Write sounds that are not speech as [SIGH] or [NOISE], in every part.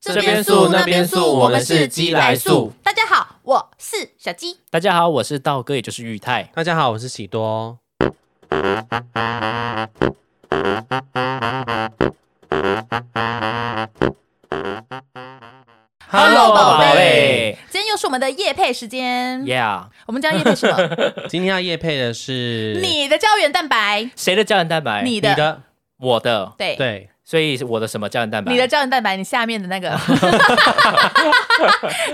这边素那边素我们是鸡来素。大家好，我是小鸡。大家好，我是道哥，也就是裕泰。大家好，我是喜多。 Hello，宝贝贝。今天又是我们的夜配时间 Yeah，我们今天夜配什 [LAUGHS] 么？今天要夜配的是 [LAUGHS] 你的胶原蛋白，谁的胶原蛋白？你你的的我的，对对，所以是我的什么胶原蛋白？你的胶原蛋白，你下面的那 [LAUGHS] 个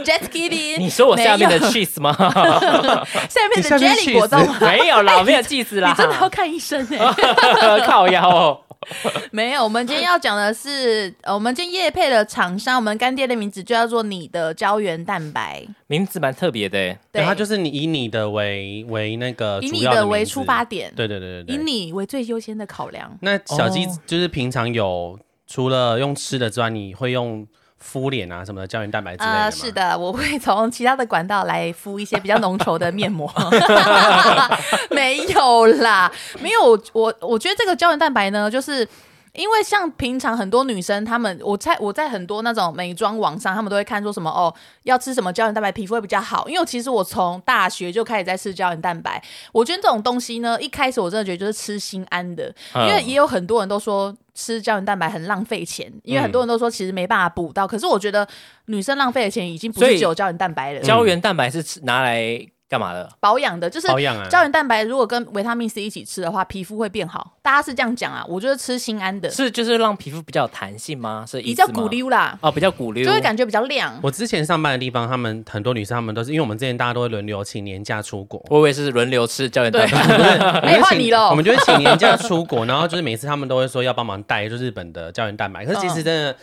，just kidding，你说我下面的没有 cheese 吗？ [LAUGHS] 下面你的下面 jelly 果冻吗，没有啦，我没有 cheese 啦。你真的要看医生哎、啊 [LAUGHS] 靠腰哦。 [LAUGHS] 没有，我们今天要讲的是，呃，我们今天夜配的厂商，我们干爹的名字就叫做你的胶原蛋白，名字蛮特别的欸，对，对，它就是你以你的为为那个以主你要的名为字出发，点，对对对以对对。你为最优先的考量。那小鸡哦就是平常有哦除了用吃的之外，你会用敷脸啊什么的胶原蛋白之类的啊、吗？是，的，我会从其他的管道来敷一些比较浓稠的面 [LAUGHS] 膜。 [LAUGHS] 没有啦，没有。我我觉得这个胶原蛋白呢，就是。因为像平常很多女生，她们我在我在很多那种美妆网上，她们都会看说什么哦，要吃什么胶原蛋白皮肤会比较好。因为其实我从大学就开始在吃胶原蛋白，我觉得这种东西呢，一开始我真的觉得就是吃心安的，嗯因为也有很多人都说吃胶原蛋白很浪费钱，因为很嗯多人都说其实没办法补到。可是我觉得女生浪费的钱已经不所是以只有胶原蛋白了，胶原蛋白是吃拿来干嘛的？保养的，就是保养啊，胶原蛋白如果跟维他命 C 一起吃的话，皮肤会变好。大家是这样讲啊，我觉得吃心安的是就是让皮肤比较有弹性吗？是比较鼓骨励溜啦，哦，比较鼓溜，，就会感觉比较亮。我之前上班的地方，他们很多女生，她们都是因为我们之前大家都会轮流请年假出国 [LAUGHS] 我以为是轮流吃胶原蛋白。我们就哎换请你咯我们就会请年假出国， [LAUGHS] 然后就是每次他们都会说要帮忙带，就是日本的胶原蛋白，可是其嗯实真的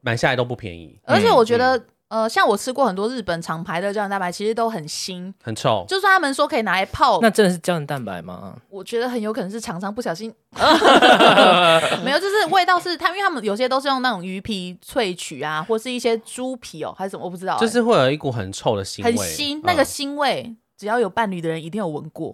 买下来都不便宜，而且我觉嗯得、呃，像我吃过很多日本厂牌的胶原蛋白，其实都很新。很臭。就算他们说可以拿来泡，那真的是胶原蛋白吗？我觉得很有可能是厂商不小心，没有，就是味道是他，因为他们有些都是用那种鱼皮萃取啊，或是一些猪皮哦，还是什么，我不知道欸、就是会有一股很臭的腥味，很腥嗯，那个腥味。只要有伴侣的人一定有闻过，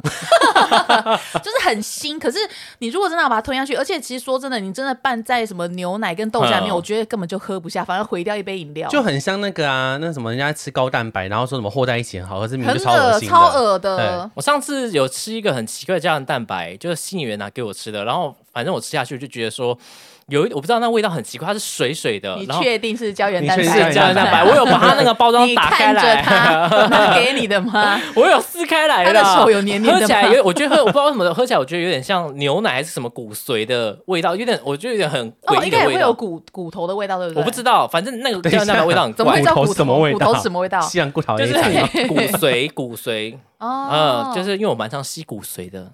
[LAUGHS] 就是很腥。可是你如果真的要把它吞下去，而且其实说真的，你真的拌在什么牛奶跟豆浆里面，嗯我觉得根本就喝不下，反而毁掉一杯饮料，就很像那个啊，那什么人家吃高蛋白，然后说什么和在一起很好，可是明明很就超恶恶心的。超恶的。我上次有吃一个很奇怪的胶原蛋白，就是新源拿给我吃的，然后反正我吃下去就觉得说有一我不知道那味道很奇怪，它是水水的，你然后确定是胶原你蛋白确是定吗？是胶原蛋白，我有把它那个包装你打开看着来，他拿给你的吗？ [LAUGHS] 我有撕开来他了，的手有黏黏的吗喝起来有，我觉得喝我不知道为什么的，喝起来我觉得有点像牛奶还是什么骨髓的味道，有点我觉得有点很哦，诡异应该的也味会道，有骨骨头的味道，对不对？我不知道，反正那个等一胶下原蛋白 [LAUGHS] [LAUGHS] 味道很怎么怪会。叫骨骨头？头是什么味道骨头是什么味道？西洋骨头就也是是 [LAUGHS] 对啊骨髓，骨髓，哦嗯，，就是因为我蛮常吸骨髓 [LAUGHS] 的，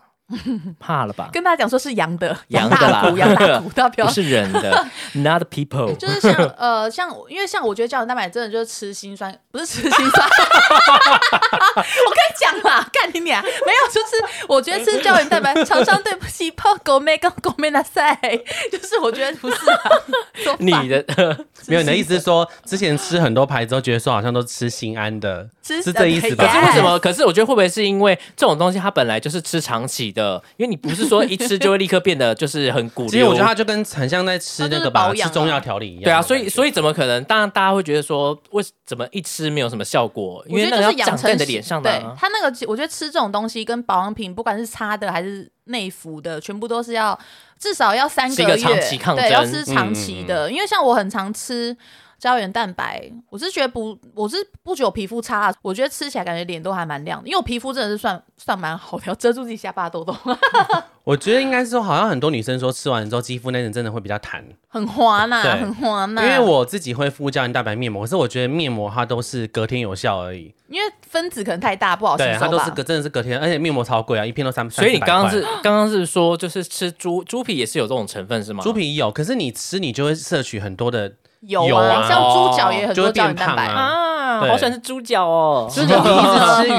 怕了吧？跟大家讲说是羊的，羊的大啦骨，羊大骨，大家不要不是人 [LAUGHS] 的，not people。就是 [LAUGHS] 像呃，像因为像我觉得胶原蛋白真的就是吃心酸， [LAUGHS] 不是吃心 [LAUGHS] 酸。我跟你讲啦，干你俩没有，就是我觉得吃胶原蛋白， [LAUGHS] 常常对不起泡狗妹跟狗妹那赛， [LAUGHS] 就是我觉得不是啊， [LAUGHS] 说反你的没有你的意思是说，之前吃很多牌之后，觉得说好像都吃心安的，吃呃是这意思吧？ [LAUGHS] 可是为什么？ Yes 可是我觉得会不会是因为这种东西它本来就是吃长期的？因为你不是说一吃就会立刻变得就是很骨其实溜。我觉得它就跟很像在吃那个它就是吧，保养啊吃中药调理一样。对啊，所以所以以怎么可能？当然大家会觉得说，为怎么一吃没有什么效果？因我为觉得那个就要是养长成在你的脸上的对啊。它那个，我觉得吃这种东西跟保养品，不管是擦的还是内服的，全部都是要至少要三是一月，个长期抗对，争要吃长期嗯的。因为像我很常吃胶原蛋白，我是觉得不，我是不觉得我皮肤差，我觉得吃起来感觉脸都还蛮亮的，因为我皮肤真的是算算蛮好的，要遮住自己下巴的痘痘， [LAUGHS] 我觉得应该是说，好像很多女生说吃完之后肌肤那层真的会比较弹，很滑呐，对很滑因呐。为我自己会敷胶原蛋白面膜，可是我觉得面膜它都是隔天有效而已，因为分子可能太大，不好吸对，它收都是哦吧隔。真的是隔天，而且面膜超贵啊，一片都三。所以你刚刚是300块刚刚是说，就是吃猪猪皮也是有这种成分是吗？猪皮有，可是你吃你就会摄取很多的，有有啊，啊像猪脚也很就多会胶原变蛋胖白，啊。啊，对好喜欢吃猪脚哦。就是你一直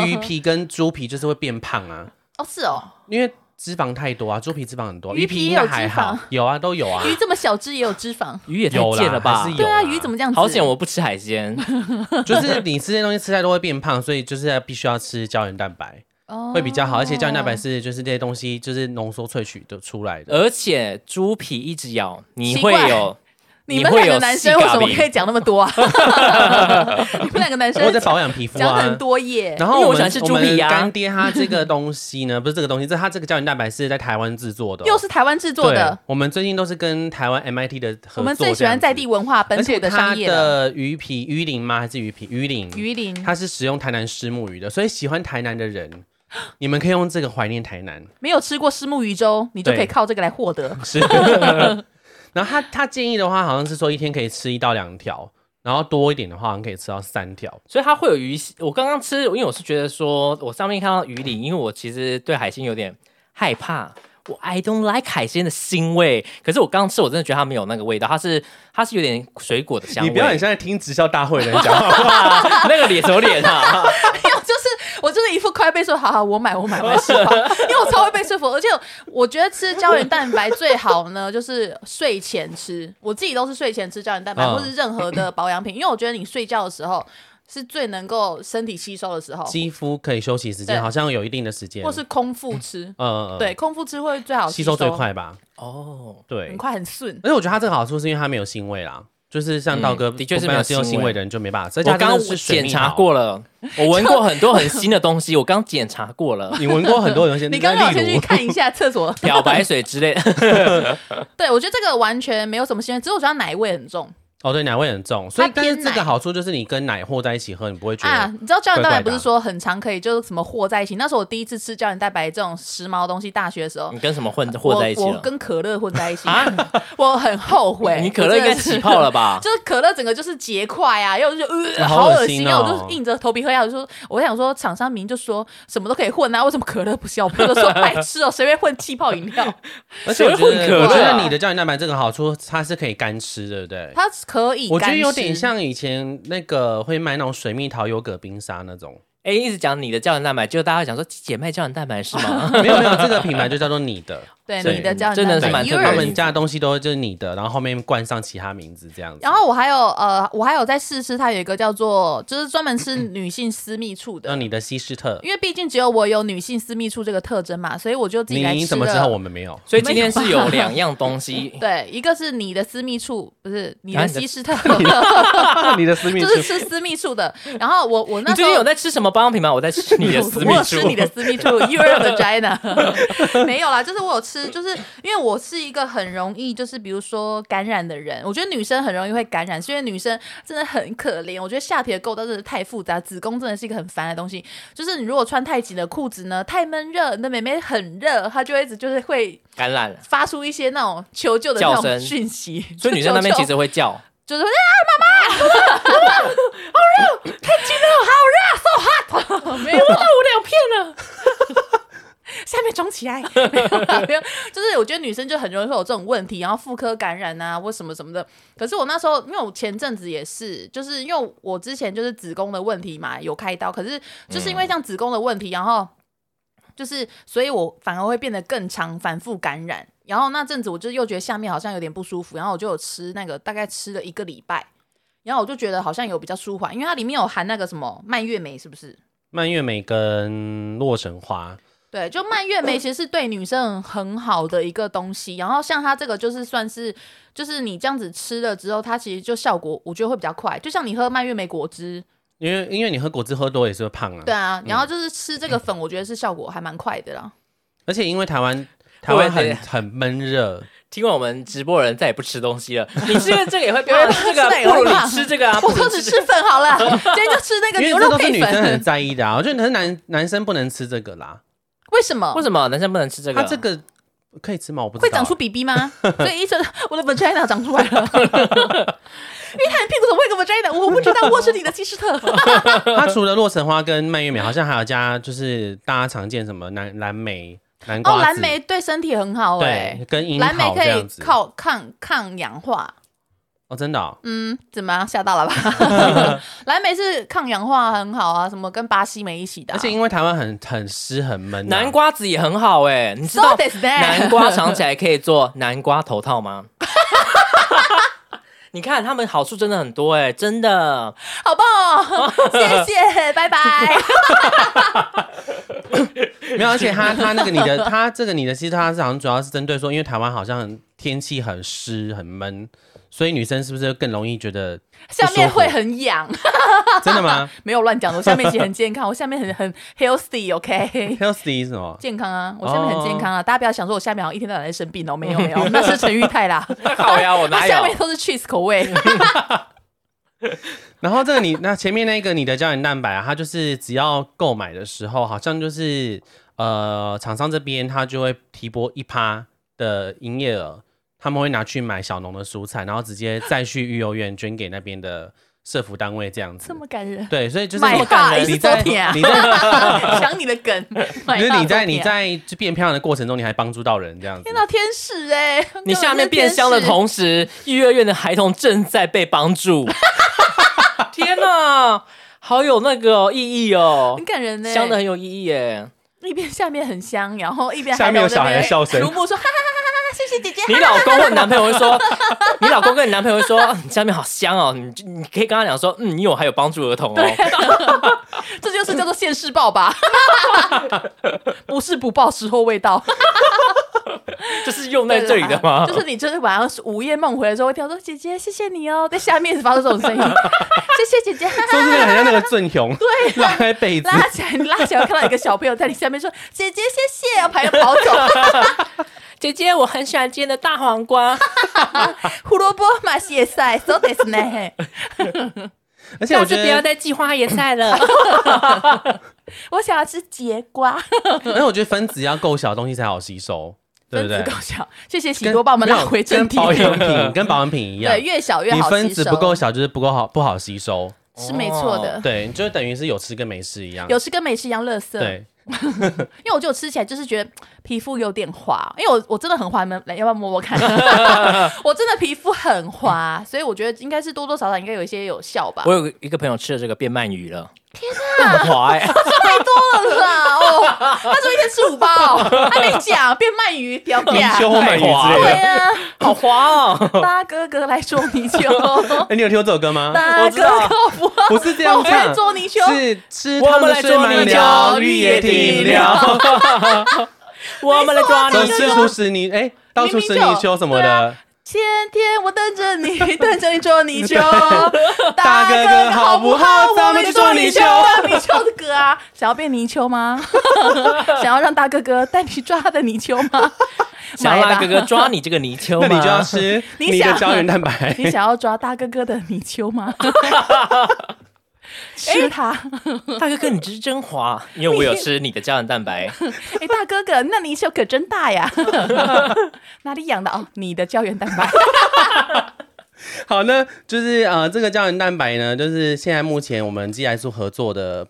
吃鱼皮跟猪皮，就是会变胖啊，哦是哦，因为脂肪太多啊，猪皮脂肪很多， [LAUGHS] 鱼鱼皮皮也有应该还好脂，有啊，都有啊。 [LAUGHS] 鱼这么小只也有脂肪。鱼也太有啦贱了还吧是？有对啊，啊鱼怎么这样子？好险我不吃海鲜，就是你吃这些东西吃太多会变胖，所以就是要必须要吃胶原蛋白哦会比较好，而且胶原蛋白是就是这些东哦西就是浓缩萃取的出来的。而且猪皮一直咬，你奇会怪有你你们会两有个男生细为嘎什么比可以讲那么多 [LAUGHS] 啊？你们两个男生我在保养皮肤讲得啊很。多耶。然后因为我们我喜欢吃我猪们皮啊干爹他这个东西呢，不是 [LAUGHS] 这个东西，这他这个胶原蛋白是在台湾制作的哦，又是台湾制作的对，。我们最近都是跟台湾 MIT 的合作，我们最喜欢在地。文化、本而土且的它商业了。的鱼皮鱼鳞吗？还是鱼皮鱼鳞？鱼鳞它是使用台南虱目鱼的，所以喜欢台南的人，你们可以用这个怀念台南。没有吃过虱目鱼粥，你就对可以靠这个来获得。 [LAUGHS] 是。 [LAUGHS] 然后他他建议的话，好像是说一天可以吃一到两条，然后多一点的话，好像可以吃到三条。所以它会有鱼腥。我刚刚吃，因为我是觉得说，我上面看到鱼鳞，因为我其实对海鲜有点害怕。我 I don't like 海鲜的腥味，可是我刚吃，我真的觉得它没有那个味道，它是它是有点水果的香味。你不要很像在听直销大会的人讲话， [LAUGHS] 那个脸什么脸啊？ [LAUGHS] 因为我就是我就是一副快被说服好好我买我买我买吃 [LAUGHS] 吧，因为我超会被说服，而且我觉得吃胶原蛋白最好呢，就是睡前吃。我自己都是睡前吃胶原蛋白，嗯或是任何的保养品，因为我觉得你睡觉的时候是最能够身体吸收的时候， [LAUGHS] 肌肤可以休息时间对好像有一定的时间，或是空腹吃。呃，对，空腹吃会最好吸收收最，快吧？哦，对很，快很顺。而且我觉得它这个好处是因为它没有腥味啦。就是像道哥，嗯的确是没没有吸收腥味腥味的人就没办法吃。而且我它真的刚刚是水检蜜查桃，过了，我闻过很多很新的东西，我刚检查过了， [LAUGHS] 你闻过很多东西，你刚刚有例先如去看一下厕所，漂白水之类的。 [LAUGHS] 对我觉得这个完全没有什么新鲜，只是我觉得它奶味很重。哦，对，奶味很重，所以它但是偏这个奶好处就是你跟奶和在一起喝，你不会觉啊得，你知道胶原蛋白怪怪的不啊是说很常可以就是什么和在一起？那时候我第一次吃胶原蛋白这种时髦的东西，大学的时候，你跟什么混混嗯在一起我我了？跟可乐混在一起， [LAUGHS] 我很后悔。你可乐应该起泡了吧我真的是。？就是可乐整个就是结块啊，又就呃啊好好恶恶心啊心哦啊！我就是硬着头皮喝下去，我就说我想说厂商名就说什么都可以混啊，为什么可乐不行？ [LAUGHS] 我朋友说白痴哦，随便混气泡饮 [LAUGHS] 料，而且我觉谁会混得，可乐我啊觉得你的胶原蛋白这个好处，它是可以干吃，对不对？它可以我觉干得吃。有点像以前那个会卖那种水蜜桃优格冰沙那种，哎，一直讲你的胶原蛋白，就大家会讲说姐妹胶原蛋白是吗？没有没有，这个品牌就叫做你的，对对你的胶原真蛋的白是蛮特别 yours 的他们家的东西都就是你的，然后后面冠上其他名字这样子。然后我还有呃，我还有在试吃，它有一个叫做，就是专门吃女性私密处那的。呃你的西施特，因为毕竟只有我有女性私密处这个特征嘛，所以我就自己来吃你怎么知了道我们 [LAUGHS] 没有？ [LAUGHS] 所以今天是有两样东西，对，一个是你的私密处，不是你啊的你的西施 [LAUGHS] 特，你的私密就是吃私密处的。然后我我你那时最近有候。在吃什么保养品吗？我在吃你的私密 [LAUGHS] 我有处吃。你的私密处，Your vagina，没有啦，就是我有吃，就是因为我是一个很容易就是比如说感染的人，我觉得女生很容易会感染，是因为女生真的很可怜。我觉得下体的构造真的太复杂，子宫真的是一个很烦的东西。就是你如果穿太紧的裤子呢，太闷热，你的妹妹很热，她就会一直就是会 [LAUGHS] 感染 [LAUGHS] 了，发出一些那种求救的那叫种声讯息。所以女生那边其实会 [LAUGHS] 叫，就是啊，妈妈，好热，太紧了，好热，so [LAUGHS] hot，没有我两片了。 [LAUGHS] 下面肿 [LAUGHS] 起来，没有啦，没有，就是我觉得女生就很容易会有这种问题，然后妇科感染啊，或什么什么的。可是我那时候，因为我前阵子也是，就是因为我之前就是子宫的问题嘛，有开刀，可是就是因为像子宫的问题，然后就是，所以我反而会变得更常反复感染。然后那阵子我就又觉得下面好像有点不舒服，然后我就有吃那个，大概吃了一个礼拜，然后我就觉得好像有比较舒缓，因为它里面有含那个什么蔓越莓，是不是？蔓越莓跟洛神花，对，就蔓越莓其实是对女生很好的一个东西。然后像它这个就是算是，就是你这样子吃了之后，它其实就效果我觉得会比较快，就像你喝蔓越莓果汁，因为因为你喝果汁喝多也是会胖啊。对啊，然后就是吃这个粉，我觉得是效果还蛮快的啦。而且因为台湾台会不会湾很很闷热，听完我们直播的人再也不吃东西 [LAUGHS] 了。你吃这个也会有人胖，这个啊吃那个不也会如胖你吃这个啊，[LAUGHS] 不我如说你只吃吃粉好 [LAUGHS] 了，今天就吃那个因为牛这肉都是配女生很粉。在意的啊。我觉得男男男生不能吃这个啦，为什么 [LAUGHS] 为？什么男生不能吃这个？他这个可以吃吗？我不知道会长出 BB 吗？所以医生，我的 vagina 长出来了。 [LAUGHS] 因为他的屁股怎么会有个 vagina？我不知道，我是你的基斯 [LAUGHS] 特。它除了洛神花跟蔓越莓，好像还有加就是大家常见什么蓝蓝莓、南瓜哦，子蓝莓对身体很好哎、对，跟樱蓝莓桃可这样以子。靠抗抗氧化。哦，真的哦，嗯，怎么样？吓到了 [LAUGHS] 吧？蓝莓是抗氧化很好啊，什么跟巴西莓一起的、啊。而且因为台湾很很湿很闷啊，南瓜子也很好哎、你知 so 道 this that 南瓜尝起来可以做南瓜头套 [LAUGHS] 吗？ [LAUGHS] 你看他们好处真的很多哎、真的。 [LAUGHS] 好棒哦！谢谢，拜 [LAUGHS] 拜。没有，而且它它那个你的 [LAUGHS] 它这个你的，其实它是好像主要是针对说，因为台湾好像天气很湿很闷，所以女生是不是更容易觉得下面会很痒，真的吗没有乱讲的，我下面其实很健康，我 [LAUGHS] 下面很很 healthy，OK，、 ？Healthy 是什么？健康啊，我下面很健哦康啊，大家不要想说我下面好像一天到晚在生病哦，没有没有，那是陈玉泰 [LAUGHS] 啦，好呀，我他 [LAUGHS] 哪有下？面都是 cheese 口味，然后这个你那前面那个你的胶原蛋白啊，它就是只要购买的时候，好像就是呃厂商这边它就会提拨一趴的营业额，他们会拿去买小农的蔬菜，然后直接再去育幼院捐给那边的社服单位这样子这。么感人。 [LAUGHS] 对，所以就是 My 你 God，你是昨在天啊你在想你的梗， [LAUGHS] [LAUGHS] 就就是你在你，在就变漂亮的过程中，你还帮助到人这样子天。哪，天使哎、你下面变香的根本就是天使，同时，育幼院的孩童正在被帮 [LAUGHS] 助。天哪，好有那个哦、意义哦很，感人呢、香的很有意义 [LAUGHS] 耶。一边下面很香，然后一边下面有小孩的笑声如木说哈哈哈哈哈，谢谢姐姐。你老公或男朋友会说，你老公跟你男朋友会说，啊你下面好香哦，你你可以跟他讲说，嗯，你有还有帮助儿童哦。这就是叫做现世报 [LAUGHS] 吧，不是不报，时候未到。啊就是用在这里的吗？就是你就是晚上午夜梦回的时候会听到说姐姐谢谢你哦，在下面一直发出这种声音，谢谢姐姐。哈哈 [LAUGHS] 就是那个很像那个 [LAUGHS] 郑雄，对，拉开被子，拉起来，你拉起来，看到一个小朋友在你下面说：“姐姐，谢谢。”然后跑跑走，姐姐，我很喜欢今天的大黄瓜。胡萝卜嘛，谢塞，so this 呢。而且我觉得，再计划野菜了。我想要吃节瓜， [LAUGHS] 而且我觉得分子要够小，东西才好吸收，对不对？分子够小，谢谢喜跟多把我们没拉有回正题跟。保养品跟保养品一样对，，越小越你好分吸子收，不够小，就是不够好，不好吸 [LAUGHS] 收。是没错的。对，就等于是有吃跟没吃一样。有吃跟没吃一样垃圾， [LAUGHS] 对，因为我就吃起来就是觉得皮肤有点滑，因为我我真的很滑，你们来要不要摸摸 [LAUGHS] 看？ [LAUGHS] 我真的皮肤很滑，所以我觉得应该是多多少少应该有一些有效吧我。有一个朋友吃了这个变鳗鱼了，天哪，很滑哎、太多了啦哦，他怎么一天吃五包？还没讲变鳗鱼，屌屌。泥鳅或鳗鱼之啊 [LAUGHS] 对类的。呀、 [LAUGHS] 好滑哦。八哥哥来捉泥 [LAUGHS] 鳅，哎，你有听过这首 [LAUGHS] 歌吗？八哥哥不不是这我样们来唱，捉泥鳅，是吃他们的睡满了绿野挺没 [LAUGHS] 辽， [LAUGHS] 我们来抓都你是这处是泥，哎，到处是泥鳅什么对的啊。天天我等着你， [LAUGHS] 等着你捉泥鳅，大哥哥好不好咱们去捉泥鳅。泥鳅的歌 [LAUGHS] 啊，想要变泥鳅吗？ [LAUGHS] 想要让大哥哥带你去抓他的泥鳅 [LAUGHS] 吗？想买让吧哥哥抓你这个泥鳅那吗？你就要吃你 [LAUGHS] 你的想胶原蛋白。你想要抓大哥哥的泥鳅吗？吃它！大哥哥，你这是真 [LAUGHS] 滑，因为我有吃你的胶原蛋 [LAUGHS] 白。哎、大哥哥，那泥鳅可真大 [LAUGHS] 呀！哪里养的哦？你的胶原蛋白。 [LAUGHS] 好，那就是呃，这个胶原蛋白呢，就是现在目前我们寄来素合作的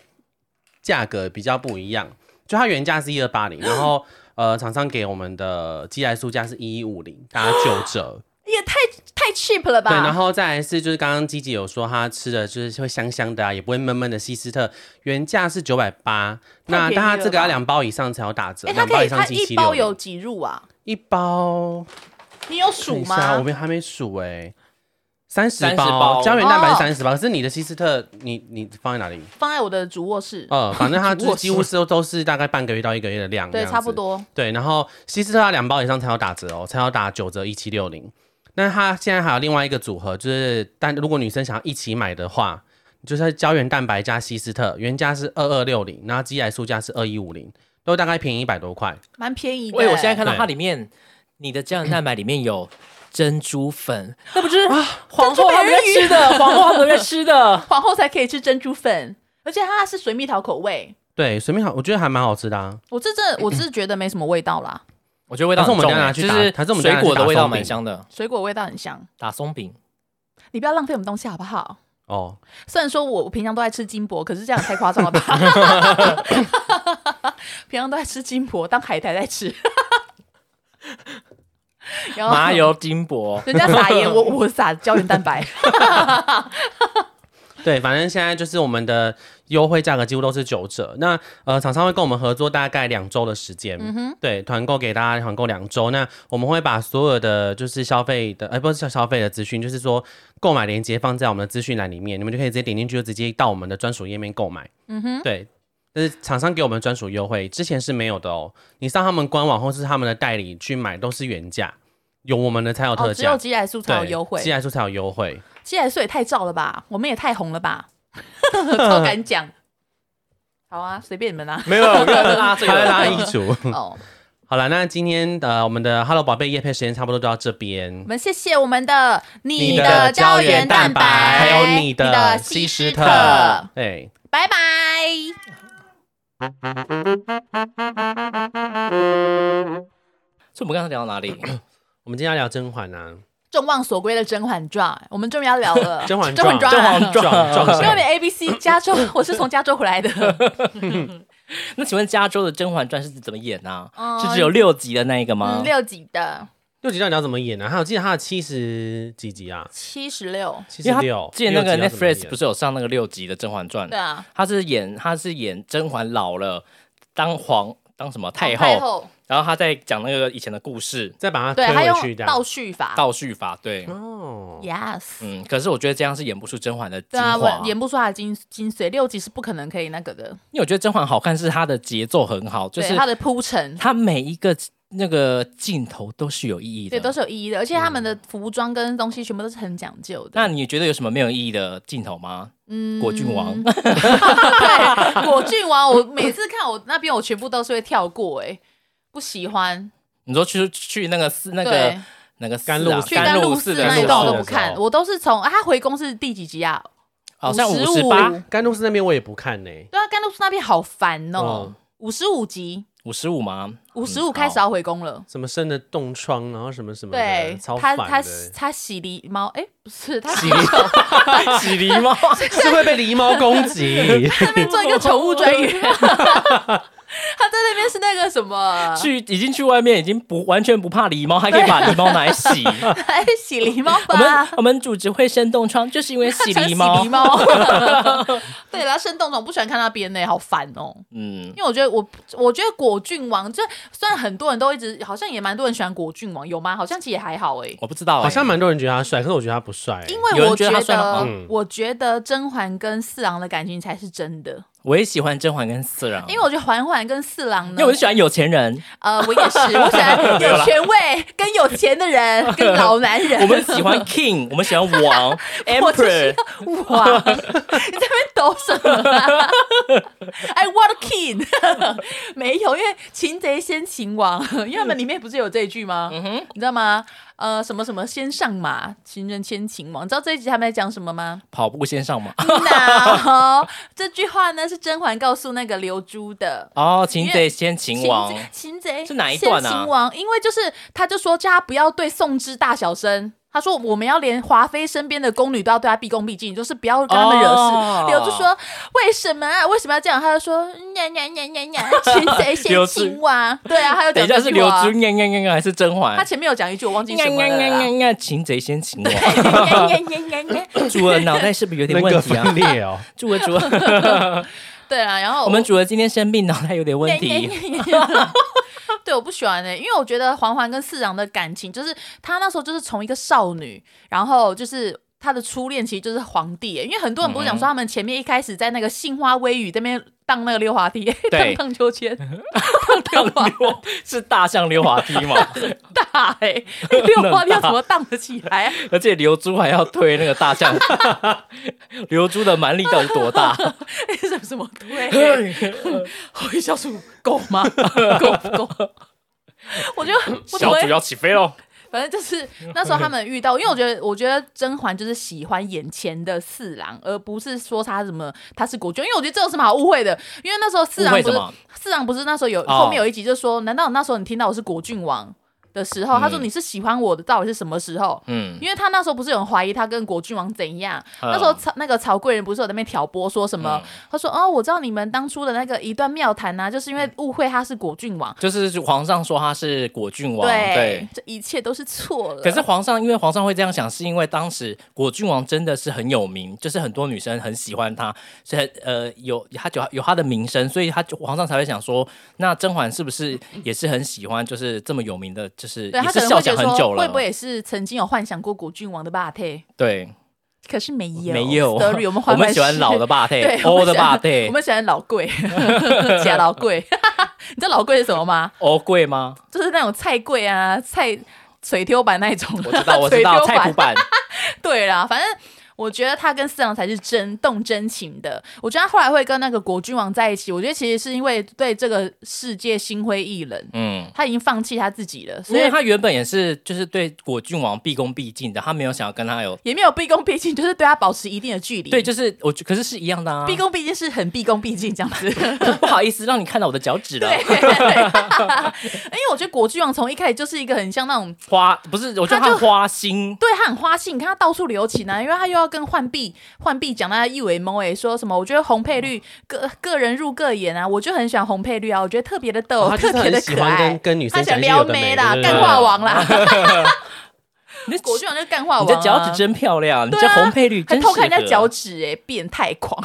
价格比较不一样，就它原价是一二八零，然后呃，厂商给我们的寄来素价是一一五零，打九 [GASPS] 折。也太太 cheap 了吧？对，然后再来是就是刚刚吉吉有说他吃的就是会香香的啊，也不会闷闷的。西斯特原价是九百八，那太便宜但它这个了吧要两包以上才有打折，哎、它两包可以以，上它七七一六包零有几入啊？一包你有等数一下吗我？们还没数哎、三十30包包胶原蛋白哦三十包，可是你的西斯特，你你放在哪里？放在我的主卧室，哦呃，反正它我就是几乎是都都是大概半个月到一个月的量，对，这样子差不。多。对，然后西斯特它两包以上才有打折哦，才有打九折一七六零。那它现在还有另外一个组合，就是但如果女生想要一起买的话，就是胶原蛋白加西斯特，原价是二二六零，然后基来素价是二一五零，都大概便宜一百多块。蛮便宜的、喂，我现在看到对它里面，你的胶原蛋白里面有珍珠粉，那不就是皇后他们在吃的，皇后他们在吃的。皇后才可以吃珍珠粉，而且它是水蜜桃口味。对，随便好，我觉得还蛮好吃的啊。我这 [CLEARS THROAT] 这我是觉得没什么味道啦， [LAUGHS] 我觉得味道还很是我重们等一下欸，拿去就打是还是我们等一水下果去的打味道松饼蛮香的，水果味道很香。打松饼。你不要浪费我们东西好不好？哦，虽然说我我平常都爱吃金箔，可是这样太夸张了 [LAUGHS] 吧？平常都爱吃金箔，当海苔在 [LAUGHS] 吃。然后麻油金箔，人家撒盐，我我撒胶原蛋 [LAUGHS] 白。对，反正现在就是我们的优惠价格几乎都是九折。那呃，厂商会跟我们合作大概两周的时间，嗯对，团购给大家团购两周。那我们会把所有的就是消费的，呃，不是消费的资讯，就是说购买链接放在我们的资讯栏里面，你们就可以直接点进去，就直接到我们的专属页面购买。嗯哼，对。但是厂商给我们专属优惠，之前是没有的哦。你上他们官网或是他们的代理去买都是原价，有我们的才有特哦，只有价，鸡来素才有对，优惠寄，来素才有优惠。鸡来素也太燥了吧，我们也太红了吧， [LAUGHS] 超敢讲。好啊，随便你们啊。没有，我 [LAUGHS] 刚刚拉这他个在拉衣 [LAUGHS] 橱。哦，好了，那今天呃我们的 Hello 宝贝夜配时间差不多就到这边我。们谢谢我们的你的的胶胶原原蛋蛋白，白还有你的的西施施特，特哎对。拜拜。所以我们刚刚聊到哪里？我们今天要聊甄嬛啊，众望所归的《甄嬛传》，我们终于要聊了。 [LAUGHS] 甄嬛甄嬛传传，啊啊嬛撞撞因为我们谁？ A B C 加州， [LAUGHS] 我是从加州回来 [LAUGHS] 的，那请问加州的《甄嬛传》是怎么演啊？嗯是只有六集的那一个吗嗯？六级的六集到底要怎么演呢、啊？还有记得他的七十几集啊，七十六，七十因为他六。之前那六个集要怎么演 Netflix 不是有上那个六集的《甄嬛传对》，啊，他是演他是演甄嬛老了，当皇当什么太皇后，然后他在讲那个以前的故事再把它对推他回去用这倒样。叙法倒叙法，对，哦， ，yes，嗯，可是我觉得这样是演不出甄嬛的对精啊，华我，演不出他的精精髓，六级是不可能可以那个的，因为我觉得甄嬛好看是她的节奏很好，就对是他的铺陈，她每一个那个镜头都是有意义的，对，都是有意义的，而且他们的服装跟东西全部都是很讲究的。那你觉得有什么没有意义的镜头吗？嗯果郡王 [LAUGHS] 对，果郡王，我每次看我那边，我全部都是会跳过、哎，不喜欢。你说去去那个寺那个对，那个寺甘啊露去甘甘露露寺寺的那一路段我段寺都的不时看，候我都是从、啊、他回宫是第几集啊？好像五十55八、甘露寺那边我也不看呢、对啊，甘露寺那边好烦哦哦，五十五集，五十五吗？嗯五十好五开始要回宫了。什么生的冻疮，然后什么什么的，对超他，烦他的。他洗狸猫，哎、不是 [LAUGHS] 他洗狸洗狸猫， [LAUGHS] 是会被狸猫 [LAUGHS] 攻击，在那边做一个宠物专 [LAUGHS] 员，他在那边是那个什么， [LAUGHS] 去已经去外面已经不完全不怕狸猫，还可以把狸猫拿 [LAUGHS] 来洗。来哎洗狸猫我们吧，我们组织会生冻疮，就是因为洗想 [LAUGHS] 狸猫 [LAUGHS] 狸。猫。对，然后生动总不喜欢看那边呢，好烦哦。嗯，因为我觉得我，我觉得果郡王，就虽然很多人都一直，好像也蛮多人喜欢果郡王，有吗？好像其实也还好哎、我不知道欸，好像蛮多人觉得他帅，可是我觉得他不帅、因有为人我觉觉得得，他算好嗯我觉得甄嬛跟四郎的感情才是真的，我也喜欢甄嬛跟四郎，因为我觉得嬛嬛跟四郎嗯因呢，为我就喜欢有钱人，呃，我也是，我喜欢有权位、跟有钱的人、跟老男人，我们喜欢 king，我们喜欢王我就是 emperor，哇， [LAUGHS] 你在那边抖什么 [LAUGHS] 啦？哎，what a king！没 [LAUGHS] 有，因为擒贼先擒王，因为他们里面不是有这一句吗？你知道吗？呃，什么什么先上马，擒人先擒王。你知道这一集他们在讲什么 [LAUGHS] 吗？跑步 [LAUGHS] 先上马。那这句话呢是甄嬛告诉那个刘珠的。哦，擒贼先擒王擒，贼擒贼是哪一段啊先擒王，因为就是他就说叫他不要对宋之大小声。他说：“我们要连华妃身边的宫女都要对她毕恭毕敬，就是不要跟他们惹哦事。”刘、珠说：“为什么啊？为什么要这样？”他就说：“嗯呀呀呀呀呀，擒贼先 [LAUGHS] 刘珠擒王。”对啊，他又等讲一这下句是刘话啊。珠呀呀呀呀，还是甄嬛他？前面有讲一句，我忘记呀什么啊 [LAUGHS] 呀呀了啦呀。呀，擒贼先擒王。呀呀呀呀呀 [LAUGHS] 主儿脑袋是不是有点人格问题啊 [LAUGHS] 分？裂哦。主儿主儿， [LAUGHS] 对啊，然后 [LAUGHS] 我们主儿今天生病，脑袋有点问 [LAUGHS] 题。对，我不喜欢呢、欸因为我觉得环环跟四郎的感情，就是他那时候就是从一个少女，然后就是他的初恋其实就是皇帝、欸，因为很多人不是讲嗯说他们前面一开始在那个杏花微雨那边荡那个溜滑梯，荡对荡秋 [LAUGHS] 千，荡溜滑溜是大象溜滑梯嘛？大哎、溜滑梯要怎么荡得起来啊、 [LAUGHS] 而且刘珠还要推那个大象， [LAUGHS] 刘珠的蛮力到底 [LAUGHS] 多大？什么什么对， [LAUGHS] 回小鼠够吗？够不够？ [LAUGHS] 我就我怎么会要起飞喽！反正 [LAUGHS] 就是那时候他们遇到，因为我觉得，我觉得甄嬛就是喜欢眼前的四郎，而不是说他什么他是国君，因为我觉得这有什么好误会的？因为那时候四郎误会不是什么四郎不是那时候有、哦后面有一集就说，难道那时候你听到我是国郡王的时候，他说你是喜欢我的，到底是什么时候？嗯，因为他那时候不是有人怀疑他跟国郡王怎样？嗯那时候曹那个曹贵人不是有在那边挑拨说什么？他说哦，我知道你们当初的那个一段妙谈啊，就是因为误会他是国郡王，就是皇上说他是果郡王，对对。，这一切都是错了。可是皇上，因为皇上会这样想，是因为当时果郡王真的是很有名，就是很多女生很喜欢他，是很呃有他就有他的名声，所以他就皇上才会想说，那甄嬛是不是也是很喜欢，就是这么有名的，就是对也他可是能笑会想觉得很说，久了，会不会也是曾经有幻想过果郡王的 [LAUGHS] 霸体？对，可是没有，没 [LAUGHS] 有，Story，我们 [LAUGHS] 我换们换喜 [LAUGHS] 欢老的，霸体 [LAUGHS] 对，欧的霸 [LAUGHS] 我体，们喜欢老贵，假 [LAUGHS] 老贵。你知道老贵是什么吗？欧贵吗？就是那种菜贵啊，菜水丢版那一种， [LAUGHS] 我知道，我知道水丢菜谱版。 [LAUGHS] 版，对啦，反正我觉得他跟四郎才是真动真情的。我觉得他后来会跟那个国君王在一起，我觉得其实是因为对这个世界心灰意冷，嗯。他已经放弃他自己了，因所以为他原本也是就是对果郡王毕恭毕敬的，他没有想要跟他有也没有毕恭毕敬，就是对他保持一定的距离。对，就是我觉可是是一样的啊，毕恭毕敬是很毕恭毕敬这样子。不好意思让你看到我的脚趾了，对， [LAUGHS] 因为我觉得国君王从一开始就是一个很像那种，花不是，我觉他得他就花心，对他很花心，你看他到处留情啊，因为他又要跟浣碧浣碧讲啊那一尾猫诶，说什么我觉得红配绿个个人入各眼啊，我就很喜欢红配绿啊，我觉得特别的逗，哦他就特是别的很喜可欢跟爱。跟女他生想讲一些撩有的妹没啦，的，干话王啦， [LAUGHS] 你的国君脚王就是干话王、你啊，的脚趾真漂亮，你对啊这红配绿还真偷看人适家合脚，趾诶，变态狂。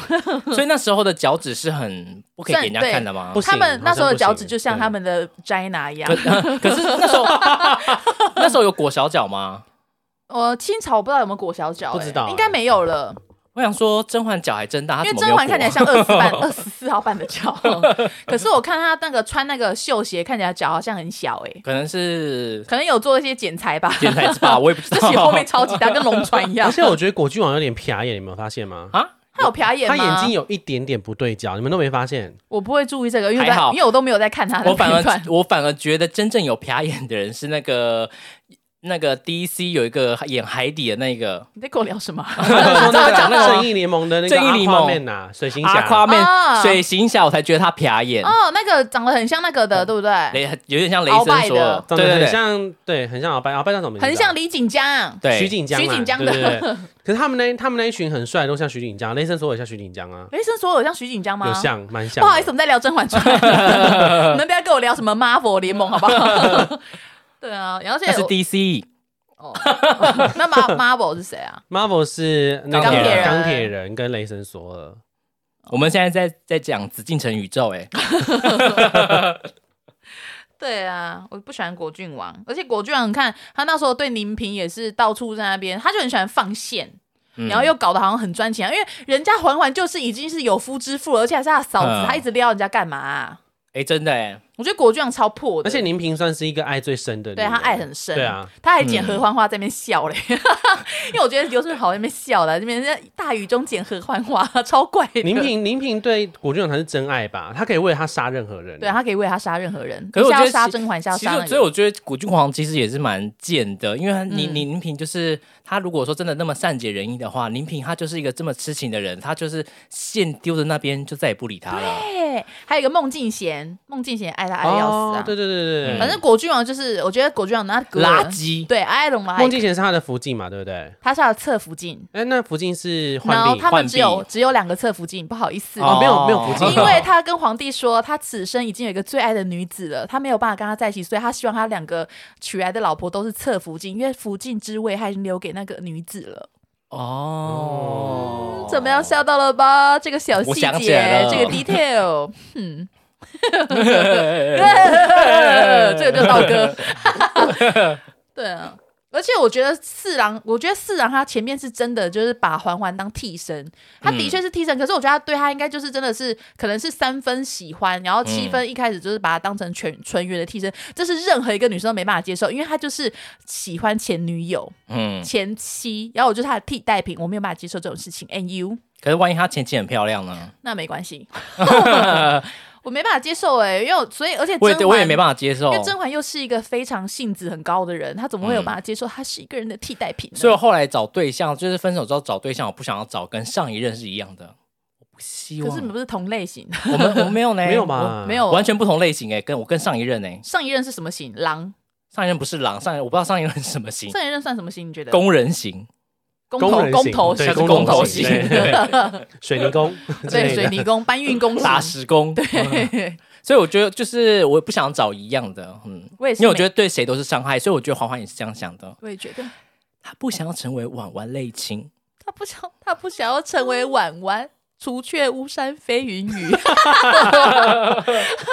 所以那时候的脚趾是很不可以给人家看的吗不？他们行那时候好像的不脚趾行就像对他们的摘拿一样。可是那时候那时候有裹小脚吗？呃，清朝我不知道有没有裹小脚、欸，不知道应该没有了。我想说甄嬛脚还真大，她因啊怎为么没甄嬛有看起来裹？像二十半、二十四号半的脚， [LAUGHS] 可是我看她那个穿那个绣鞋，看起来脚好像很小哎、可能是可能有做一些剪裁吧，剪裁 [LAUGHS] 吧，我也不知这道。鞋后面超级大，跟龙船一样 [LAUGHS] 而。且我觉得果郡王有点瞟眼，你们有发现吗？啊，她有瞟眼他吗？眼睛有一点点不对焦，你们都没 [LAUGHS] 发现？我不会注意这个，因为我在还好因为我都没有在看她的 [LAUGHS] 我反片 [LAUGHS] 段而。我反而觉得真正有瞟眼的人是那个。那个 DC 有一个演海底的那个你在跟我聊什么？说那讲个那个吗正义联盟的那个正义联盟 Aquaman 啊，水行阿侠，夸面啊水行侠，我才觉得他瞟眼，哦，那个长得很像那个的，对不对？雷有点像雷鳌拜神的说的，长得对对很对，像，对，很像鳌拜，鳌拜叫什么名字啊？很像李锦江。对徐锦江啦，徐锦江的对对对。可是他们那他们那一群很帅，都像徐锦江，雷神索尔像徐锦江啊，雷神说有像徐锦江吗有？像，蛮像。不好意思，，我们在聊《甄嬛 [LAUGHS] 传》，你们不要跟我聊什么 Marvel 联盟好不 [LAUGHS] 好？对啊，而且那是我 DC，哦， [LAUGHS] 那 Mar Marvel 是谁啊？ Marvel 是那个钢铁人钢铁人跟雷神索尔，哦我们现在在在讲紫禁城宇宙，哎，对啊，我不喜欢果郡王，而且果郡王，你看他那时候对宁嫔也是到处在那边，他就很喜欢放线，嗯然后又搞得好像很赚钱，啊因为人家嬛嬛就是已经是有夫之妇了，而且还是他嫂子，嗯他一直撩人家干嘛啊、哎，真的哎，我觉得果郡王超破的，而且宁嫔算是一个爱最深的女对人，他爱很深，对啊，他还捡合欢花在那边笑嘞，因为我觉得刘顺豪在那边笑了，这边在大雨中捡合欢花，超怪的。宁嫔宁嫔对果郡王才是真爱吧？她可以为了他杀任何人，对，啊他可以为他杀任何人，可一是我下觉要得杀其甄嬛，一下要其杀实那我，个所以我觉得古君皇其实也是蛮贱的，因为他嗯宁宁宁嫔就是他，如果说真的那么善解人意的话，宁嫔她就是一个这么痴情的人，她就是线丢在那边就再也不理他了。哎，还有一个孟静娴，孟静娴爱他爱的要死哦啊，。对对对对嗯反对。正果郡王就是，我觉得果郡王那个垃圾，对爱龙啦，孟静娴是他的福晋嘛，对不对？他是他的侧福晋，哎，那福晋是然浣后碧他们只有浣只有两个侧福晋，不好意思。哦没有没有福晋 [LAUGHS] 因 [LAUGHS] 为他跟皇帝说，他此生已经有一个最爱的女子了，他没有办法跟她在一起，所以他希望他两个娶来的老婆都是侧福晋，因为福晋之位他已经留给那个女子了。哦，怎么样，吓到了吧？这个小细我想起来节，了这个 detail，嗯， [LAUGHS] 这个就道 [LAUGHS] 哥，对啊。而且我觉得四郎，我觉得四郎他前面是真的就是把环环当替身，他的嗯确是替身，可是我觉得他对他应该就是真的是可能是三分喜欢，然后七分一开始就是把他当成全纯元的替身，这是任何一个女生都没办法接受，因为他就是喜欢前女友，嗯，前妻，然后我就是他的替代品，我没有办法接受这种事情。And you，可是万一她前妻很漂亮呢？那没关 [LAUGHS] 系，我没办法接受哎、因为我所以而且我也甄嬛我也没办法接受因。为甄嬛又是一个非常性子很高的人，她怎么会有办法接受她是一个人的替代品呢？所以我后来找对象，就是分手之后找对象，我不想要找跟上一任是一样的，我不希可望。是你们不是同类型， [LAUGHS] 我们我们没有呢，没有？吧？哎没有完全不同类型哎、跟我跟上一任哎、上一任是什么型？狼，上一任不是狼，上一任我不知道上一任是什么型，上一任算什么型？你觉得？工人型，工工头人工型头对型，工工头头型型， [LAUGHS] 水泥工 [LAUGHS] 之对类水的。泥工、搬运工型打石工。对，所以我觉得就是我不想找一样的，嗯， [LAUGHS] 我也是没，因为我觉得对谁都是伤害，所以我觉得环环也是这样想的，我也觉得他不想要成为婉婉类卿，他不想，他不想要成为婉婉，除却巫山飞云雨。 [LAUGHS]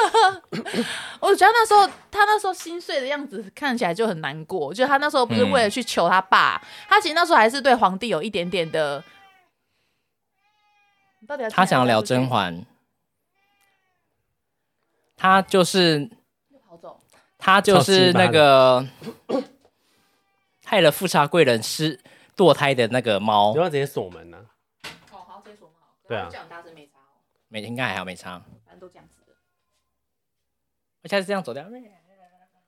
我觉得他那时候，他那时候心碎的样子看起来就很难过。就他那时候不是为了去求他爸，他其实那时候还是对皇帝有一点点的。你到底要听他想要哪聊个故事甄，嬛，他就是跑走他就是那个 [CLEARS THROAT] 害了富察贵人失堕胎的那个猫你要，不要直接锁门呢、啊哦，好，解锁嘛。对啊讲大声没差哦，没应该还好没差。反正都这样子的。我下次这样走掉，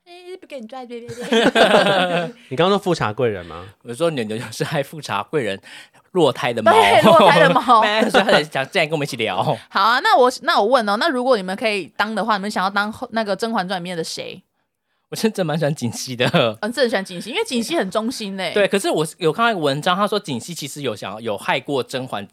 哎，不给你拽，别别别！ [LAUGHS] 你刚刚说富察贵人吗？我说牛牛就是害富察贵人落胎 [LAUGHS] 的猫，对落胎的猫 [LAUGHS] 对所以他想进来跟我们一起聊。好啊，那我那我问哦，那如果你们可以当的话，你们想要当后那个《甄嬛传》里面的谁？我真的蛮喜欢锦溪的。嗯，郑选锦汐，因为锦汐很忠心欸嘞。 [LAUGHS] 对，，可是我是有看到一个文章，他说锦溪其实有想有害过甄嬛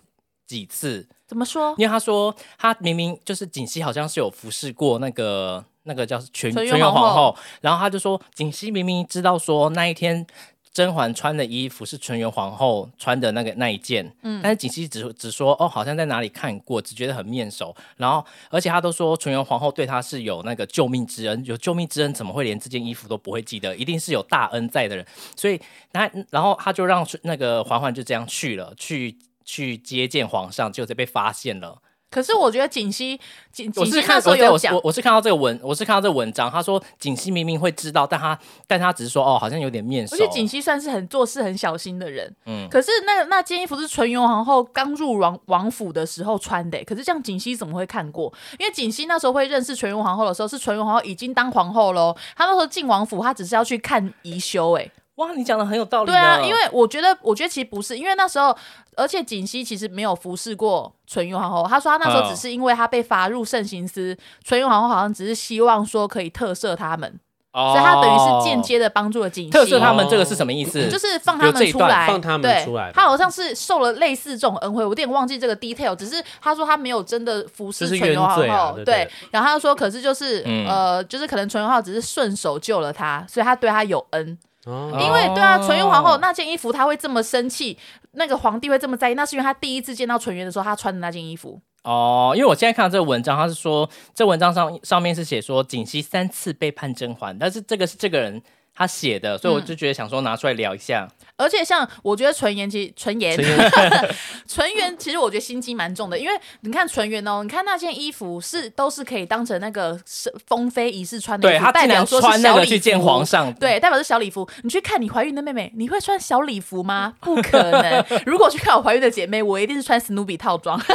几次，怎么说？因为他说他明明就是锦溪好像是有服侍过那个那个叫纯全纯元元皇皇后后，然后他就说锦溪明明知道说那一天。甄嬛穿的衣服是纯元皇后穿的那个那一件，嗯，但是锦溪只只说哦，好像在哪里看过，只觉得很面熟。然后，而且他都说纯元皇后对他是有那个救命之恩，有救命之恩怎么会连这件衣服都不会记得？一定是有大恩在的人。所以他然后他就让那个嬛嬛就这样去了，去去接见皇上，结果就被发现了。可是我觉得锦汐，锦锦我是汐看那时候我对有我是讲我，我是看到这个文，我是看到这个文章，他说锦溪明明会知道，但他但他只是说哦，好像有点面熟而。且锦汐算是很做事很小心的人。嗯可是那那件衣服是纯元皇后刚入王王府的时候穿的、可是这样锦汐怎么会看过？因为锦汐那时候会认识纯元皇后的时候，是纯元皇后已经当皇后喽。她那时候进王府，她只是要去看宜修、哎，哇，你讲的很有道理对呢。啊，因为我觉得，我觉得其实不是，因为那时候，而且锦汐其实没有服侍过纯元皇后。她说她那时候嗯只是因为她被罚入慎刑司，纯元皇后好像只是希望说可以特赦他们，哦所以她等于是间接的帮助了锦汐。特赦他们，这个是什么意思？就是放他有这们一出段来，放他们对出来吧他好像是受了类似这种恩惠，我有点忘记这个 detail，只是他说他没有真的服侍这是纯元冤皇后，罪啊对不对然后他说，可是就是、嗯呃，就是可能纯元皇后只是顺手救了他，所以他对他有恩，哦，因为对啊，哦纯元皇后那件衣服他会这么生气，那个皇帝会这么在意，那是因为他第一次见到纯元的时候，他穿的那件衣服。哦，因为我现在看到这个文章，他是说这文章上上面是写说锦溪三次背叛甄嬛，但是这个是这个人他写的，嗯所以我就觉得想说拿出来聊一下。而且像我觉得纯元其实纯元纯 [LAUGHS] 纯元其实我觉得心机蛮重的，因为你看纯元哦，你看那件衣服是都是可以当成那个是封妃仪式穿的衣对服，他代竟表然说穿是那小个礼去见服皇。上，对，代表是小礼服。你去看你怀孕的妹妹，你会穿小礼服吗？不可能。 [LAUGHS] 如果我去看我怀孕的姐妹，我一定是穿史努比套装，因 [LAUGHS]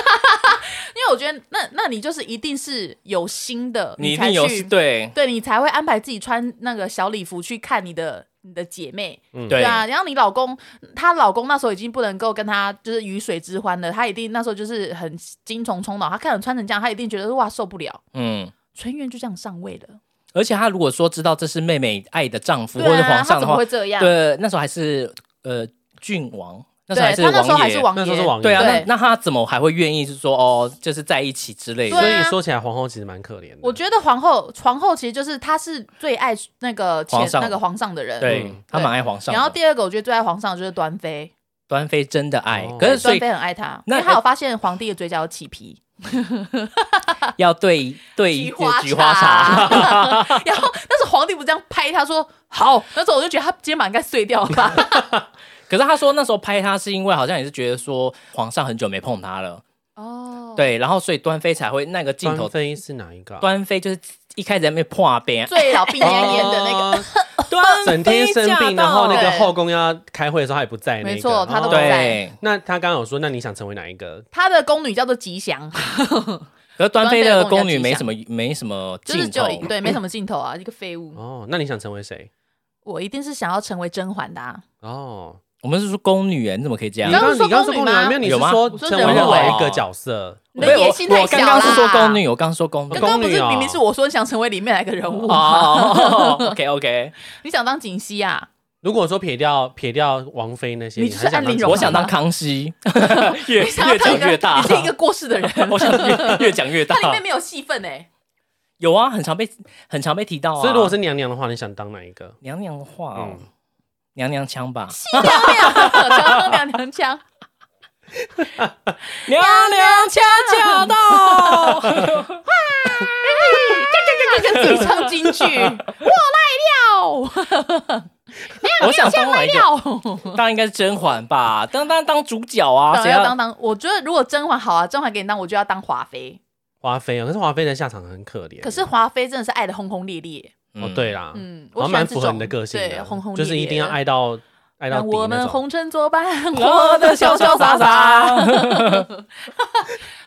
为我觉得那那你就是一定是有心的，你一才定有去对对你才会安排自己穿那个小礼服去看你的你的姐妹。对对啊，然后你老公，她老公那时候已经不能够跟她就是鱼水之欢了，她一定那时候就是很精虫充脑，她看着穿成这样，她一定觉得哇受不了，嗯。纯元就这样上位了，而且他如果说知道这是妹妹爱的丈夫、对或者啊，皇她上的怎么话会，这样？对，那时候还是呃郡王，那时候对，还是她那时候还王是爷，王那时候是爷。王爷对啊，对那那他怎么还会愿意是说哦，就是在一起之类的？对所啊以说起来皇后其实蛮可怜的。我觉得皇后，皇后其实就是她是最爱那个前皇上那个皇上的人。对嗯他蛮爱皇上的。然后第二个，我觉得最爱皇上的就是端妃，端妃真的爱，哦可是所端以妃很爱她，因那为她有发现皇帝的嘴角有起皮。要对对一菊呃菊花茶。 [LAUGHS] [LAUGHS] 然后那时候皇帝不是这样拍他说 [LAUGHS] 好，那时候我就觉得他肩膀应该碎掉了吧。可是他说那时候拍他是因为好像也是觉得说皇上很久没碰他了，哦，对，然后所以端妃才会那个镜头端，妃是哪一个啊？端妃就是一开始在那边破边，最老病恹恹的那哦个， [LAUGHS] 个，端妃哦整天生驾病，到然后那个对后宫要开会的时候，他也不在那个。欸没错他都不在哦对，那他刚刚有说，那你想成为哪一个？他的宫女叫做吉祥，可是端妃的宫端妃女没的什宫么没什么就镜是头就，对没什么镜头啊，一个废物。哦，那你想成为谁？我一定是想要成为甄嬛的啊，哦，我们是说宫女哎，你怎么可以这样你？刚刚刚你说刚刚说宫女宫女啊吗没有？你是有吗说我说成为人任物何一个角色？你没的有，野心太我小刚刚是说啦宫女，我刚刚说宫女刚。宫刚不宫是女哦明明是我说你想成为里面哪个人物吗？哦，OK OK，你想当锦汐啊？如果说撇掉撇掉王妃那些，你还就是想安陵当容我什么想当康熙，越你想要越当一讲个越大你，是一个过世的人， [LAUGHS] 我想越越讲越大它。里面没有戏份 [LAUGHS] 哎。有啊，很常被很常被提到啊。所以如果是娘娘的话，你想当哪一个？娘娘的话哦嗯，娘娘腔吧， [LAUGHS] 娘娘，娘娘娘 [LAUGHS] 腔，娘娘腔驾 [LAUGHS] 到。跟自己唱京剧，我来 [LAUGHS] 我想当哪一个？了，来了。当然应该是甄嬛吧，当当当主角啊，当谁然要当当，我觉得如果甄嬛好啊，甄嬛给你当，我就要当华妃。华妃啊，可是华妃的下场很可怜。可是华妃真的是爱的轰轰烈烈，哦，对啦，嗯，好我像喜欢蛮这符种合你的个性的，对，轰轰烈就烈，是一定要。爱到爱到让底我那们种。红尘作 [LAUGHS] 伴，活活得得潇潇潇潇洒洒洒洒。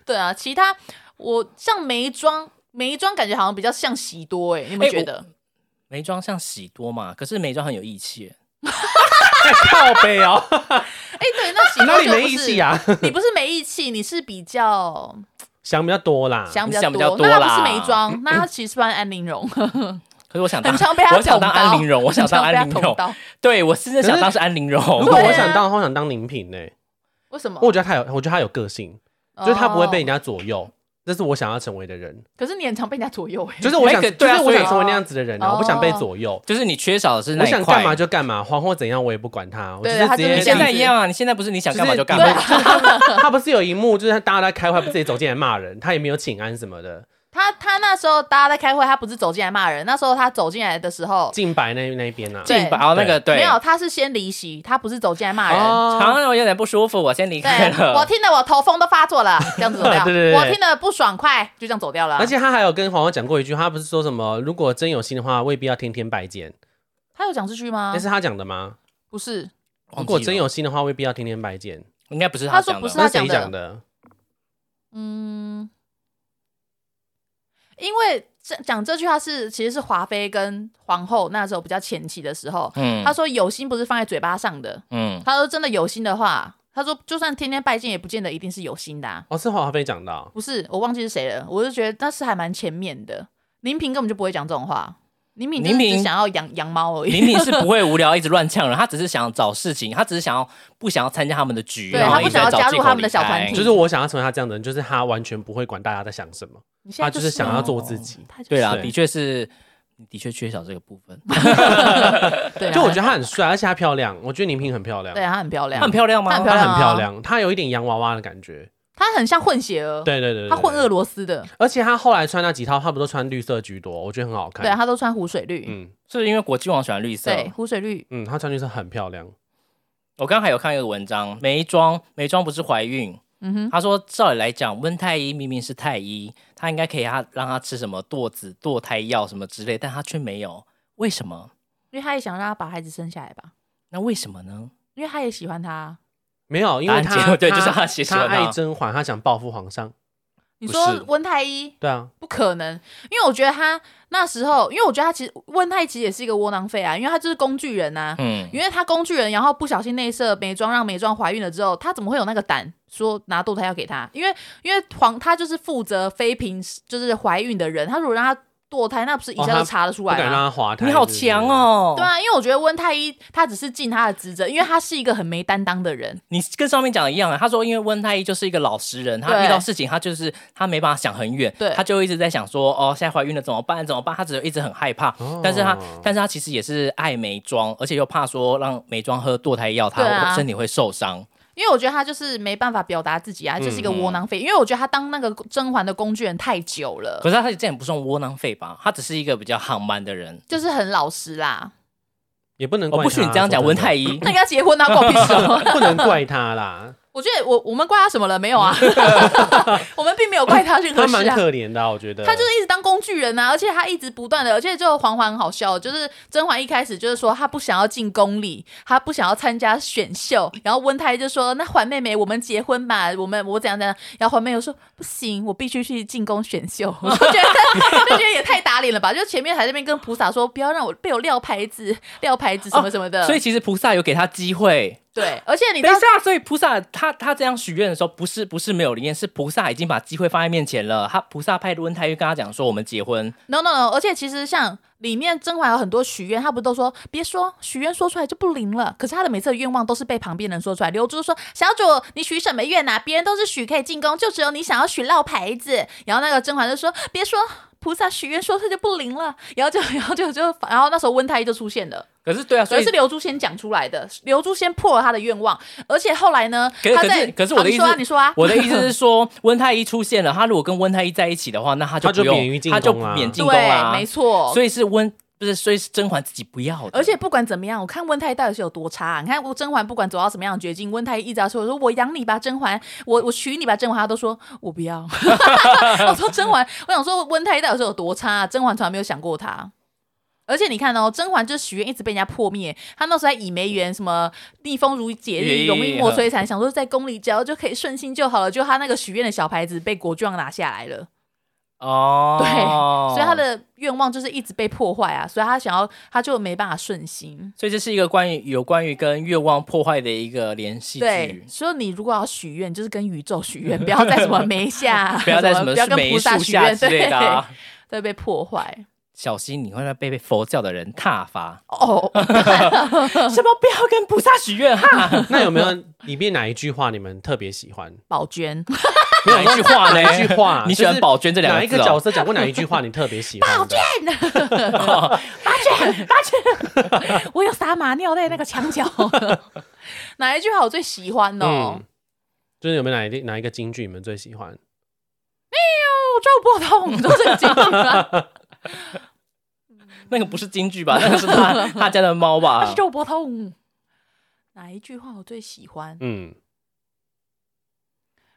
对啊，其他我像眉庄，眉庄感觉好像比较像喜多哎、欸，你有没有欸觉得？眉庄像喜多嘛，可是眉庄很有义气耶。靠 [LAUGHS] 背哦，哎、对，那喜 [LAUGHS] 哪多里就不没是义气？啊？你不是没义气，你是比 [LAUGHS] 较想比较多啦，想比你想较比较多那啦他不是眉 [LAUGHS] 庄，那他其实算安陵容，可是我想当很，常被他我想捅当刀。安陵容，我想很常当被他安陵捅容。刀对我真的想当是安陵容。如果对我啊想当的话，我想当林品呢、为什么？我觉得他有，我觉得他有个性，哦就是他不会被人哦。家左右，这是我想要成为的人，可是你很常被人家左右哎、欸，就是我想，那个对啊就是我所想以成为那样子的人啊，哦我不想被左右，就是你缺少的是那我一块。想干嘛就干嘛，黄或怎样我也不管他，我就对是他直就是接你现在一样啊，你现在不是你想干嘛就干就是啊就是嘛。他们他不是有一幕，就是大家在开会，不是也走进来骂人，他也没有请安什么的，他他那时候大家在开会，他不是走进来骂人，那时候他走进来的时候，静白那那一边啊，对进吧，哦那个对，没有，他是先离席，他不是走进来骂人。哦，常让我有点不舒服，我先离开对，我了。听得我头风都发作了，这样子 [LAUGHS] 走掉。对对对对我听得不爽快，就这样走掉了。而且他还有跟黄黄讲过一句，他不是说什么如果真有心的话，未必要天天拜见，他有讲这句吗那？是他讲的吗？不是，如果真有心的话，未必要天天拜见，应该不是他说讲不的是，那他是谁讲的讲的？嗯，因为这讲这句话是其实是华妃跟皇后那时候比较前期的时候，嗯他说有心不是放在嘴巴上的，嗯，他说真的有心的话，他说就算天天拜见也不见得一定是有心的、啊。哦，是黄华飞讲的哦、不是，我忘记是谁了。我就觉得那是还蛮前面的。林平根本就不会讲这种话，林平就是林平只想要养养猫而已。林敏是不会无聊一直乱呛人，他只是想找事情，他只是想要不想要参加他们的局，对然后他不一直在想要找加借入口他们的小离开团体就是我想要成为他这样的人，就是他完全不会管大家在想什么，你现他在就是是想要做自哦己。他就对是啦，对的确是，的确缺少这个部分。啊对啦，啊就我觉得他很帅，而且他漂亮，我觉得宁萍很漂亮，对啊，他很漂 [LAUGHS] 她亮，很漂亮吗？她很她漂很漂啊亮，她有一点洋娃娃的感觉。他很像混血儿，对对对对，他混对俄罗斯的，而且他后来穿那几套，他不都穿绿色居多，我觉得很好看。对，他都穿湖水绿，哎嗯是不是因为国际王喜欢绿色？对，湖水绿，嗯，他穿绿色很漂亮。我刚刚还有看一个文章，眉庄眉庄不是怀孕，嗯哼，他说照理来讲，温太医明明是太医，他应该可以他让他吃什么堕子堕胎药什么之类，但他却没有，为什么？因为他也想让他把孩子生下来吧，那为什么呢？因为他也喜欢他。没有，因为答案结他果 [LAUGHS] 对就是他他写喜他欢他爱甄嬛，他想报复皇上。你不说是温太医对啊，不可能，因为我觉得他那时候，因为我觉得他其实温太医其实也是一个窝囊废啊，因为他就是工具人啊，嗯，因为他工具人，然后不小心内射美妆，让美妆怀孕了之后，他怎么会有那个胆说拿堕胎药给他？因为因为黄他就是负责妃嫔，就是怀孕的人，他如果让他堕胎，那不是一哦下他就查得出不来敢吗？让他滑胎。啊你好强！哦！对啊，因为我觉得温太医他只是尽他的职责，因为他是一个很没担当的人。你跟上面讲的一样啊，他说因为温太医就是一个老实人，他对遇到事情他就是他没办法想很远，对他就一直在想说哦，现在怀孕了怎么办？怎么办？他只有一直很害怕，嗯哦但是他但是他其实也是爱美妆，而且又怕说让美妆喝堕胎药，他对啊身体会受伤。因为我觉得他就是没办法表达自己啊，就是一个窝囊废。因为我觉得他当那个甄嬛的工具人太久了可，是他这样也不算窝囊废吧？他只是一个比较航慢的人。就是很老实啦。也哦不能我怪不许你这样讲温太医，医那，跟他结婚啊，关我屁事哦 [LAUGHS] 不能怪他啦， [LAUGHS] 我觉得我我们怪他什么了？没有啊， [LAUGHS] 我们并没有怪他任何他事蛮啊。可怜的啊，我觉得。他就是一直当工具人啊，而且他一直不断的，而且就嬛嬛很好笑，就是甄嬛一开始就是说她不想要进宫里，她不想要参加选秀，然后温太医就说那嬛妹妹我们结婚吧，我们我怎样怎样，然后嬛妹又说不行，我必须去进宫选秀，我就觉得就觉得也太打脸了吧，就前面还在那边跟菩萨说不要让我被我撂牌子，撂牌子什么什么的，哦所以其实菩萨有给他机会。对，而且嗯你知等道一下，所以菩萨他他这样许愿的时候，不是不是没有灵验，是菩萨已经把机会放在面前了。他菩萨派温太医跟他讲说，我们结婚， No no no！而且其实像里面甄嬛有很多许愿，她不都说别说许愿说出来就不灵了？可是她的每次的愿望都是被旁边人说出来。刘珠说：“小主，你许什么愿呐、别人都是许可以进宫，就只有你想要许落牌子。”然后那个甄嬛就说：“别说菩萨许愿说出来就不灵了。”然后就然后就就然后那时候温太医就出现了，可是对啊，所所以以是刘珠先讲出来的，刘珠先破了她的愿望，而且后来呢，可是她可是在可是我的好意你思说啊，你说啊，我的意思是说，温太医出现了，他如果跟温太医在一起的话，那他就他就不用免于进他就宫啊啦免进宫啦对，。没错，所以是温不是，所以是甄嬛自己不要的，而且不管怎么样，我看温太医到底是有多差、啊。你看甄嬛不管走到什么样的绝境，温太医一直要说：“我说我养你吧，甄嬛，我我娶你吧，甄嬛。”她都说：“我不 [LAUGHS] 要。”我说甄嬛，我想说温太医到底是有多差、啊？甄嬛从来没有想过他。而且你看哦，甄嬛这许愿一直被人家破灭，她那时候还以梅园什么逆风如解日，耶容易莫摧残，想说在宫里只要就可以顺心就好了，就她那个许愿的小牌子被国舅拿下来了，哦，对所以她，的愿望就是一直被破坏啊，所以她想要她就没办法顺心。所以这是一个关于有关于跟愿望破坏的一个联系对剧，。所以你如果要许愿，就是跟宇宙许 [LAUGHS] 愿，不要在什么梅下，不要在什么 [LAUGHS] 不要跟梅菩萨树许下愿，之类对的、啊，对，被破 [LAUGHS] 坏。。小心你会被被佛教的人挞伐哦， [LAUGHS] 嗯什么不要跟菩萨许愿哈？那有没有里面哪一句话你们特别喜 [LAUGHS] 欢？宝娟，哪一句话呢？哪一句话？哎你喜欢就是宝娟这两哪一个字个哦角色讲过哪一句话你特别喜欢？宝娟， [LAUGHS] 我有撒马尿在那个墙 [LAUGHS] 角。哪一句话我最喜欢哦？嗯，就是有没有哪一哪一个京剧你们最喜欢？我抓不到，都是这样 [LAUGHS] 啊。那个不是京剧吧？那个是 [LAUGHS] 他他家的猫他吧是？肉搏痛。哪一句话我最喜欢？嗯，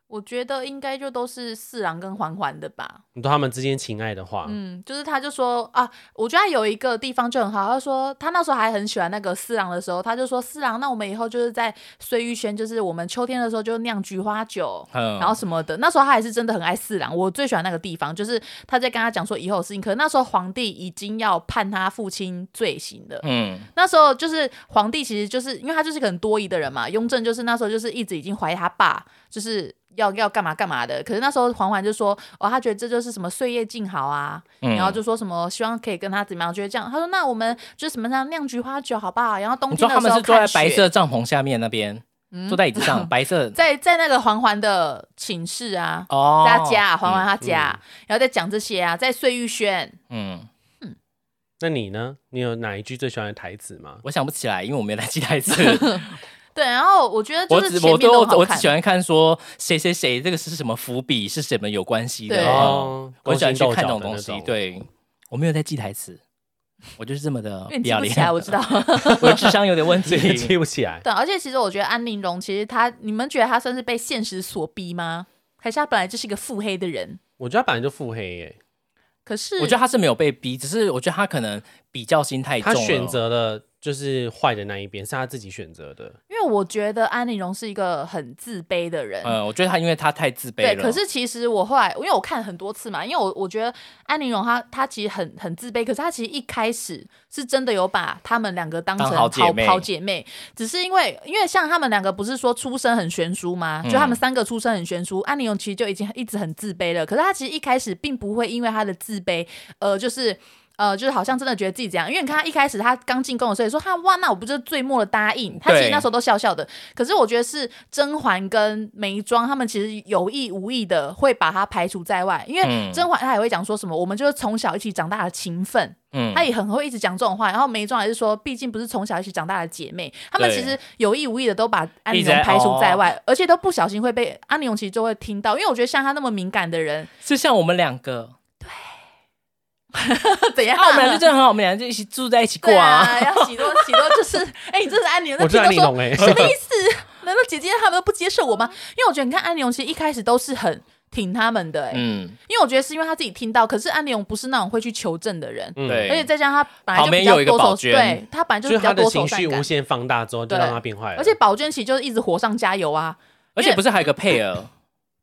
我觉得应该就都是四郎跟环环的吧。你说他们之间情爱的话，嗯，就是他就说啊，我觉得他有一个地方就很好，他说他那时候还很喜欢那个四郎的时候，他就说四郎，那我们以后就是在碎玉轩，就是我们秋天的时候就酿菊花酒。嗯然后什么的，那时候他还是真的很爱四郎。我最喜欢那个地方，就是他在跟他讲说以后的事情。可是那时候皇帝已经要判他父亲罪行了，嗯，那时候就是皇帝，其实就是因为他就是个很多疑的人嘛。雍正就是那时候就是一直已经怀疑他爸就是要要干嘛干嘛的，可是那时候嬛嬛就说哦，他觉得这就是什么岁月静好啊，嗯然后就说什么希望可以跟他怎么样，觉得这样。他说那我们就是什么样酿菊花酒好不好？然后冬你天说的他时们候是坐在看雪嗯白色帐篷下面那边，坐在椅子上，白色 [LAUGHS] 在在那个嬛嬛的寝室啊，哦，在他家嬛嬛他家，然后再讲这些啊，在碎玉轩。嗯，那你呢？你有哪一句最喜欢的台词吗？我想不起来，因为我没来记台词。 [LAUGHS] 对，然后我觉得 [LAUGHS] 就我是只前我面都都很好我只看喜。欢看说谁谁谁这个是什么伏笔，是什么有关系的对。哦我喜欢去看这种勾心斗角的那东西。 [LAUGHS] 种对，我没有在记台词，我就是这么的 [LAUGHS] 因为不你记要不脸起。来，我知道。 [LAUGHS] 我的智商有点 [LAUGHS] 问自己题。记不起来。对，而且其实我觉得安陵容，其实她，你们觉得她算是被现实所逼吗？还是她本来就是一个腹黑的人？我觉得他本来就腹黑耶、可是我觉得他是没有被逼，只是我觉得他可能比较心太他重了。选择了就是坏的那一边，是他自己选择的。因为我觉得安陵容是一个很自卑的人。嗯，我觉得他因为他太自卑对，了。可是其实我后来，因为我看很多次嘛，因为我我觉得安陵容她她其实很很自卑，可是她其实一开始是真的有把她们两个当成当好好姐妹好姐妹，只是因为因为像她们两个不是说出身很悬殊吗？就她嗯们三个出身很悬殊，安陵容其实就已经一直很自卑了，可是她其实一开始并不会因为她的自卑，呃，就是。呃，就是好像真的觉得自己这样，因为你看她一开始她刚进宫的时候也说她哇，那我不就是最末的答应？她其实对那时候都笑笑的，可是我觉得是甄嬛跟眉庄他们其实有意无意的会把她排除在外，因为嗯甄嬛她也会讲说什么，我们就是从小一起长大的情分，嗯她也很会一直讲这种话。然后眉庄也是说，毕竟不是从小一起长大的姐妹，她们对其实有意无意的都把安一陵直在哦容排除在外，而且都不小心会被安陵容其实就会听到，因为我觉得像她那么敏感的 [LAUGHS] 人，就像我们两个，怎样？啊，我们俩就真的很好，我们俩就一起住在一起 [LAUGHS] 过对啊。啊，要许多许多就是， [LAUGHS] 哎、你这是安陵容，我那知道听你到说懂哎、什么意思？ [LAUGHS] 难道姐姐他们都不接受我吗？因为我觉得你看安陵容其实一开始都是很挺他们的、欸，嗯，因为我觉得是因为他自己听到，可是安陵容不是那种会去求证的人， [LAUGHS] 嗯对而且再加上他本来就比较旁边有一个多宝愁，娟对他本来就就是是比较他的多愁情善绪无感，限放大之后，就对让他变坏了。而且宝娟其实就是一直火上加油啊。而且不是还有个佩儿，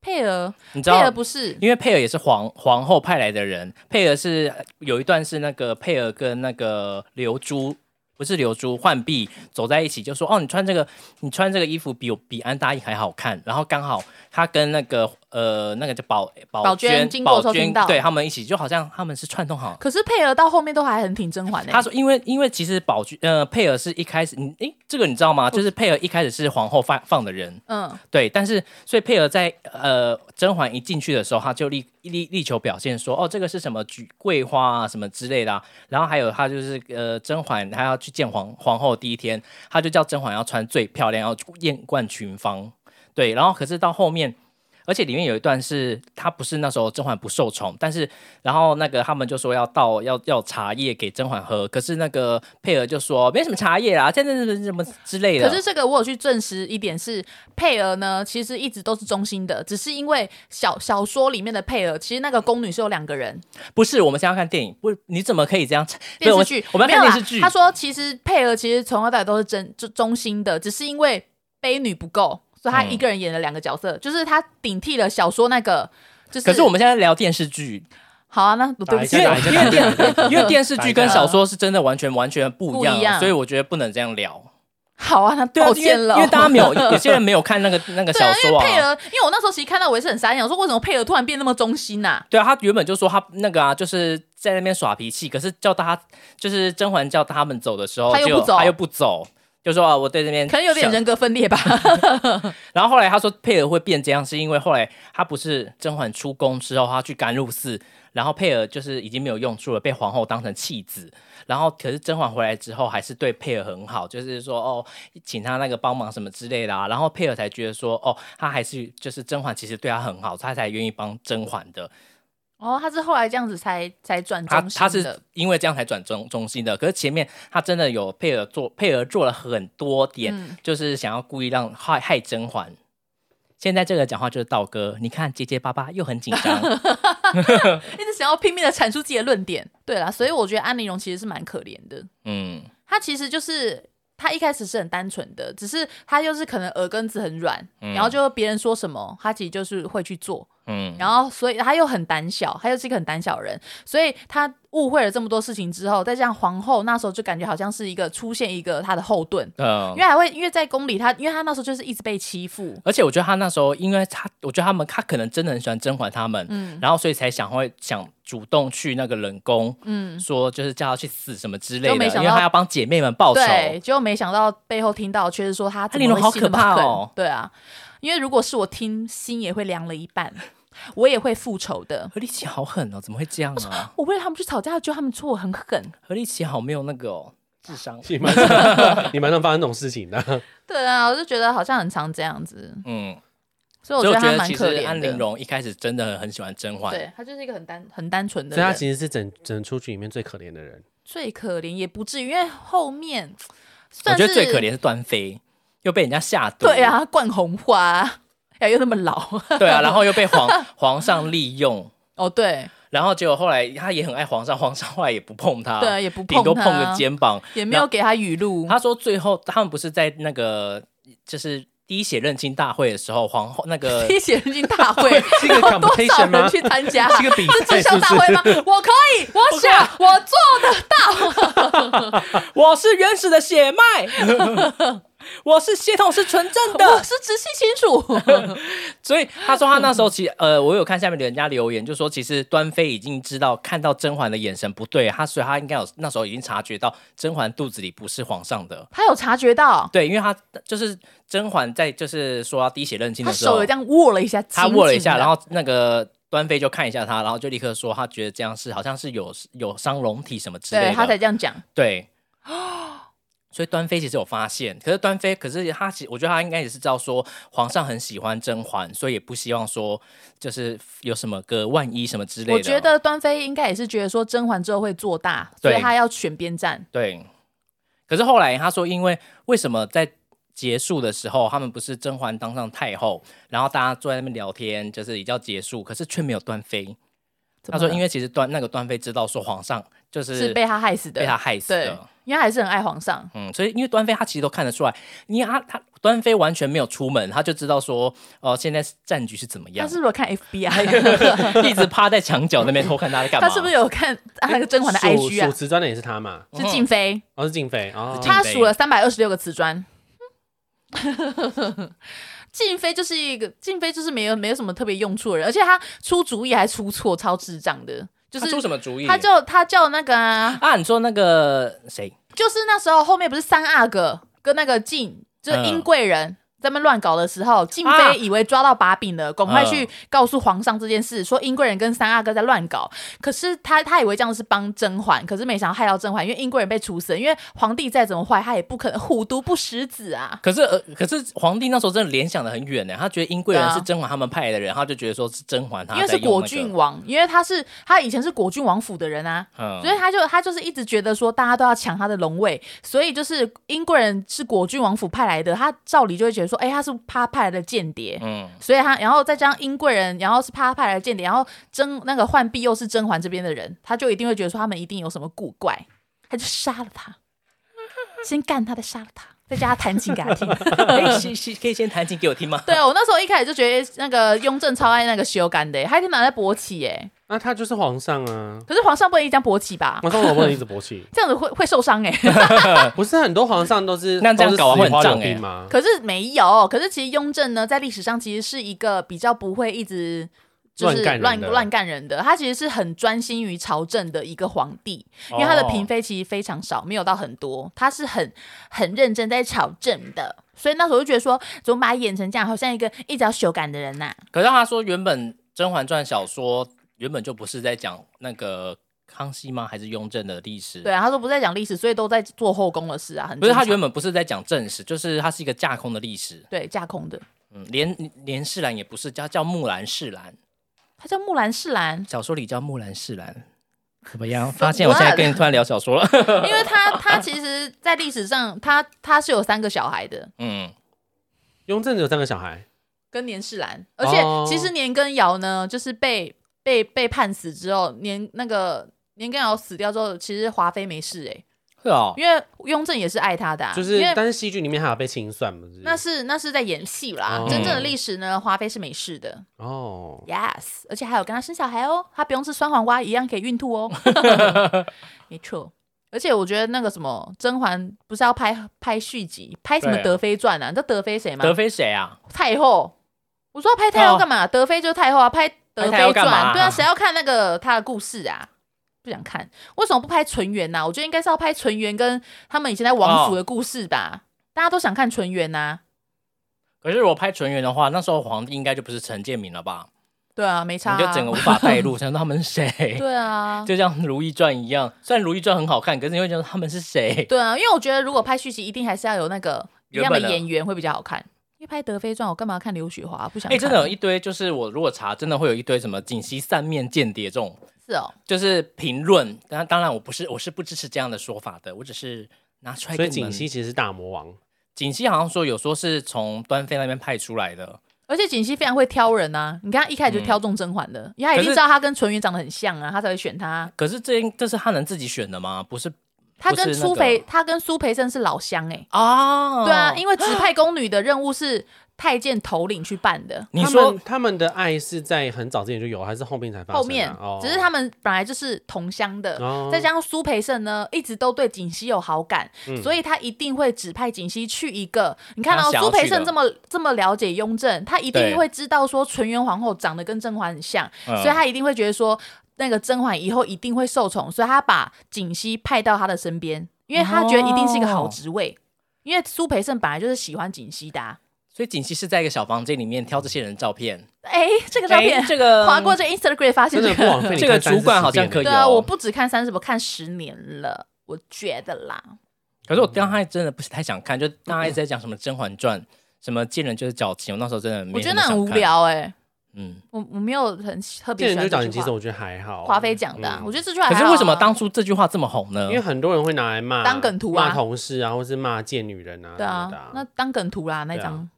佩儿，你知佩道儿不是，因为佩尔也是皇皇后派来的人，佩尔是有一段是那个佩尔跟那个流珠，不是流珠浣碧走在一起，就说哦，你穿这个你穿这个衣服比我比安大义还好看。然后刚好他跟那个呃那个叫宝宝宝娟娟经过的宝时候娟听到对他们一起，就好像他们是串通好。可是佩儿到后面都还很挺甄嬛的、哎他说：“因为因为其实宝娟呃佩尔是一开始你诶这个你知道吗？就是佩尔一开始是皇后放放的人，嗯，对，但是所以佩儿在呃甄嬛一进去的时候，她就力力力求表现说，哦，这个是什么菊桂花啊，什么之类的、啊。然后还有她就是呃甄嬛，她要去见皇皇后第一天，她就叫甄嬛要穿最漂亮，要艳冠群芳。对，然后可是到后面。而且里面有一段是他不是那时候甄嬛不受宠，但是然后那个他们就说要倒要要茶叶给甄嬛喝，可是那个佩儿就说没什么茶叶啦，啊这这这这什么之类的。可是这个我有去证实一点是，佩儿呢其实一直都是忠心的，只是因为小小说里面的佩儿，其实那个宫女是有两个人。不是我们现在要看电影，不你怎么可以这样？ [LAUGHS] 电不视是剧，我们我们没要有看啦电视剧。他说其实佩儿其实从头到尾都是真就忠心的，只是因为悲女不够，所以她嗯一个人演了两个角色，就是她顶替了小说那个。就是，可是我们现在聊电视 [LAUGHS] 剧，好啊，那对打不一起下，因为打一下因为打一下电 [LAUGHS] 因为电视剧跟打一架小说是真的完全完全不一样不一样所以我觉得不能这样聊。好啊，那对啊，抱因为歉了，因为大家 [LAUGHS] 没有有些人没有看那个那个对啊因小，说为佩啊。儿，因为我那时候其实看到我也是很傻眼，我说为什么佩儿突然变那么忠心呐、对啊，他原本就说他那个啊，就是在那边耍脾气，可是叫他就是甄嬛叫他们走的时候，他又结不果走他又不走，就说啊，我对这边可能有点想人格分裂吧。然后后来他说佩尔会变这样，是因为后来他不是甄嬛出宫之后，他去甘露寺，然后佩尔就是已经没有用处了，被皇后当成弃子。然后可是甄嬛回来之后，还是对佩尔很好，就是说哦，请他那个帮忙什么之类的啊。然后佩尔才觉得说哦，他还是就是甄嬛其实对他很好，他才愿意帮甄嬛的。哦，他是后来这样子才才转他忠他心是的。因为这样才转中中心的，可是前面他真的有佩尔做佩尔做了很多点，嗯就是想要故意让害害甄嬛。现在这个讲话就是道哥，你看结结巴巴又很紧 [LAUGHS] 张，一直想要拼命的阐述自己的论点。对啦，所以我觉得安陵容其实是蛮可怜的，嗯，她其实就是。她一开始是很单纯的，只是她又是可能耳根子很软，嗯然后就别人说什么，她其实就是会去做，嗯，然后所以她又很胆小，她又是一个很胆小的人，所以她误会了这么多事情之后，再加上皇后那时候就感觉好像是一个出现一个她的后盾，呃因为，还会因为在宫里她，因为她那时候就是一直被欺负，而且我觉得他那时候，因为他，我觉得他们他可能真的很喜欢甄嬛他们，嗯然后所以才想会想主动去那个冷宫，嗯，说就是叫他去死什么之类的，就没想因到为他要帮姐妹们报仇，对，结果没想到背后听到却是说哦他怎么安陵容好会信那么可怕狠哦对啊，因为如果是我听，心也会凉了一半，我也会复仇的。何立奇好狠哦，怎么会这样 [LAUGHS] 啊？我为了他们去吵架，觉得他们说我很狠。何立奇好没有那个哦，智商。你 [LAUGHS] 蛮你蛮能发生这种事情的，对啊，我就觉得好像很常这样子，嗯，所以我觉所以我得觉他得蛮其实可怜的。安陵容一开始真的很喜欢甄嬛，对他就是一个很单很单纯的所以他人，其实是整整出剧里面最可怜 [LAUGHS] 的人。，最可怜也不至于，因为后面我算觉是得最可怜是段妃，又被人家下毒，对，啊，灌红花，哎，又那么老对啊，然后又被皇 [LAUGHS] 皇上利用， [LAUGHS] 哦，对然后结果后来他也很爱皇上，皇上后来也不碰他，对，，啊也不顶碰多他碰个，肩膀。也没有给他语录。他说最后他们不是在那个就是滴血认亲大会的时候，皇后 [LAUGHS] 那个滴血认亲大 [LAUGHS] 会是一个有多少 competition 吗人去参 [LAUGHS] 加？是个比赛直销是不大会吗？是？我可以，我想，我做的我是原始的血脉， [LAUGHS] 我是血统是纯正 [LAUGHS] 的，我是直系亲属。所以他说他那时候其实呃，我有看下面人家留言，就说其实端妃已经知道看到甄嬛的眼神不对，她所以她应该有那时候已经察觉到甄嬛肚子里不是皇上的。 [LAUGHS] 他有察觉到，对，因为她就是甄嬛在就是说要滴血认亲他的时候手也这，样握了一下，她握了一紧紧下，地然后那个端妃就看一下她，然后就立刻说她觉得这样是好像是有有伤龙体什么之类对的，他才这样讲。对。所以端妃其实有发现，可是端妃，可是她其实我觉得她应该也是知道说皇上很喜欢甄嬛，所以也不希望说就是有什么个万一什么之类的。我觉得端妃应该也是觉得说甄嬛之后会做大，所以对她要选边站。对。可是后来她说，因为为什么在结束的时候，他们不是甄嬛当上太后，然后大家坐在那边聊天，就是也叫结束，可是却没有端妃。她说，因为为其实端那个端妃知道说皇上就是是被他害死的，被她害死对的。，因为她还是很爱皇上。嗯，所以因为端妃她其实都看得出来，因为她她端妃完全没有出门，她就知道说，哦、现在战局是怎么他样是，不是有看 FBI？ [LAUGHS] 一直趴在墙角那边偷看她在干嘛。他是不是有看啊那个甄嬛 [LAUGHS] 的数 IG 数啊？瓷砖的也是他嘛？嗯是静妃，哦，是静妃哦，静他妃数了三百二十六个瓷砖。 [LAUGHS] 静妃就是一个静妃，就是没有没有什么特别用处的人，而且他出主意还出错，超智障的。就她是出什么主意？他叫他叫那个、啊，啊，你说那个谁？就是那时候后面不是三阿哥跟那个静，就是嗯殷贵人，在那边乱搞的时候，敬啊妃以为抓到把柄了，赶快嗯去告诉皇上这件事，说英贵人跟三阿哥在乱搞。可是他他以为这样是帮甄嬛，可是没想到害到甄嬛，因为英贵人被处死了，因为皇帝再怎么坏，他也不可能虎毒不食子啊。可是呃，可是皇帝那时候真的联想的很远呢，他觉得英贵对人啊是甄嬛他们派的人，他就觉得说是甄嬛他因为是啊在用果那个郡，王，因为他是他以前是果郡王府的人啊，嗯所以他就他就是一直觉得说大家都要抢他的龙位，所以就是英国人是果郡王府派来的，他照理就会觉得说，哎、他是他派来的间谍。嗯，所以他，然后再加上英贵人，然后是他派来的间谍，然后甄那个浣碧又是甄嬛这边的人，他就一定会觉得说他们一定有什么古怪，他就杀了 [LAUGHS] 他，先干他，再杀了他，再加他弹琴给他听。哎，是是，可以先弹琴给我听吗？对我那时候一开始就觉得那个雍正超爱那个修干的，他一天拿在勃起哎，那他就是皇上啊，可是皇上不能一直这样勃起吧？嗯皇上怎么不能一直勃 [LAUGHS] 起？这样子会会受伤哎、不是啊很多皇上都是呃那这样搞完都会是死于很花胀柳欸病吗？可是没有，可是其实雍正呢，在历史上其实是一个比较不会一直。就是乱干人乱的乱干人的，他其实是很专心于朝政的一个皇帝，因为他的哦嫔妃其实非常少，没有到很多，他是很很认真在朝政的，所以那时候就觉得说，怎么把他演成这样，好像一个一直要修改的人啊呐、嗯可是他说原本《甄嬛传》小说原本就不是在讲那个康熙吗？还是雍正的历史？对啊，他说不在讲历史，所以都在做后宫的事啊，很不是他正常原本不是在讲正史，就是它是一个架空的历史。对架空的，嗯，连连世兰也不是，叫叫木兰世兰，他叫木兰世兰，小说里叫木兰世兰。怎么样？发现我现啊在跟你突然聊小说了。 [LAUGHS] 因为他他其实，在历史上，他他是有三个小孩的，嗯，雍正只有三个小孩，跟年世兰，而且哦其实年羹尧呢，就是被被被判死之后，年那个年羹尧死掉之后，其实华妃没事哎、是哦，因为雍正也是爱她的、啊，就是因为但是戏剧里面还有被清算，不是？那是那是在演戏啦，哦真正的历史呢，华妃是没事的哦， ，yes，而且还有跟她生小孩哦，她不用吃酸黄瓜一样可以孕吐哦， [LAUGHS] 没错。而且我觉得那个什么甄嬛不是要拍拍续集，拍什么对啊德妃传啊？你知道德妃谁吗？德妃谁啊？太后。我说要拍太后干嘛？德妃就是太后啊，拍德哦拍太妃后干传、嘛啊对啊，谁要看那个她的故事啊？不想看，为什么不拍纯元啊呐、我觉得应该是要拍纯元跟他们以前在王府的故事吧。大家都想看纯元啊呐、可是我拍纯元的话，那时候皇帝应该就不是陈建明了吧？对啊，没差、啊。你就整个无法带入，想到他们是谁， [LAUGHS] 对啊，就像《如懿传》一样。虽然《如懿传》很好看，可是你会觉得他们是谁？对啊，因为我觉得如果拍续集，一定还是要有那个一样原本的的演员会比较好看。因为拍德妃传，我干嘛要看刘雪华？不想哎、看。真的有一堆，就是我如果查，真的会有一堆什么锦溪三面间谍这种，是哦，就是评论。当当然，我不是我是不支持这样的说法的，我只是拿出来所给以你槿们。汐其实是大魔王，锦溪好像说有说是从端妃那边派出来的，而且锦汐非常会挑人啊！你看她一开始就挑中甄嬛的，因为她一定嗯可是知道她跟纯元长得很像啊，她才会选她啊、可是这这是他能自己选的吗？不是他不跟是那苏个培，他跟苏培盛是老乡哎、啊？对啊，因为为指派宫女的任务是太监头领去办的，你他说们他们的爱是在很早之前就有，还是后面才发生啊？后面、哦只是他们本来就是同乡的，哦再加上苏培盛呢一直都对锦汐有好感，嗯所以他一定会指派锦汐去一个，你看到、他想苏要培去盛的这么这么了解雍正，他一对定会知道说纯元皇后长得跟甄嬛很像，嗯所以他一定会觉得说，那个甄嬛以后一定会受宠，所以他把锦汐派到他的身边，因为他觉得一定是一个好职位。因为苏培盛本来就是喜欢锦汐的、 [LAUGHS] 啊，所以锦溪是在一个小房间里面挑这些人的照片，哎、这个照片哎这 [LAUGHS] 个划过这 Instagram 发现真这的不个，枉费你这个看主管30好像可遍以了对啊，哦我不只看三十，我看十年了，我觉得啦，可是我刚才真的不是太想看，就大家一直在讲什么《甄嬛传》，什么见人就是矫情，我那时候真的没我觉得那什么很想无看。聊哎、嗯，我我没有很特见别喜人欢就这讲，句其实话。我觉得还好。华妃讲的啊、嗯我觉得这句话可还是好啊为什么当初这句话这么红呢因？为很多人会拿来骂当梗图啊骂同事啊，或是骂贱女人啊什对么的啊啊，。那当梗图啦那对啊张、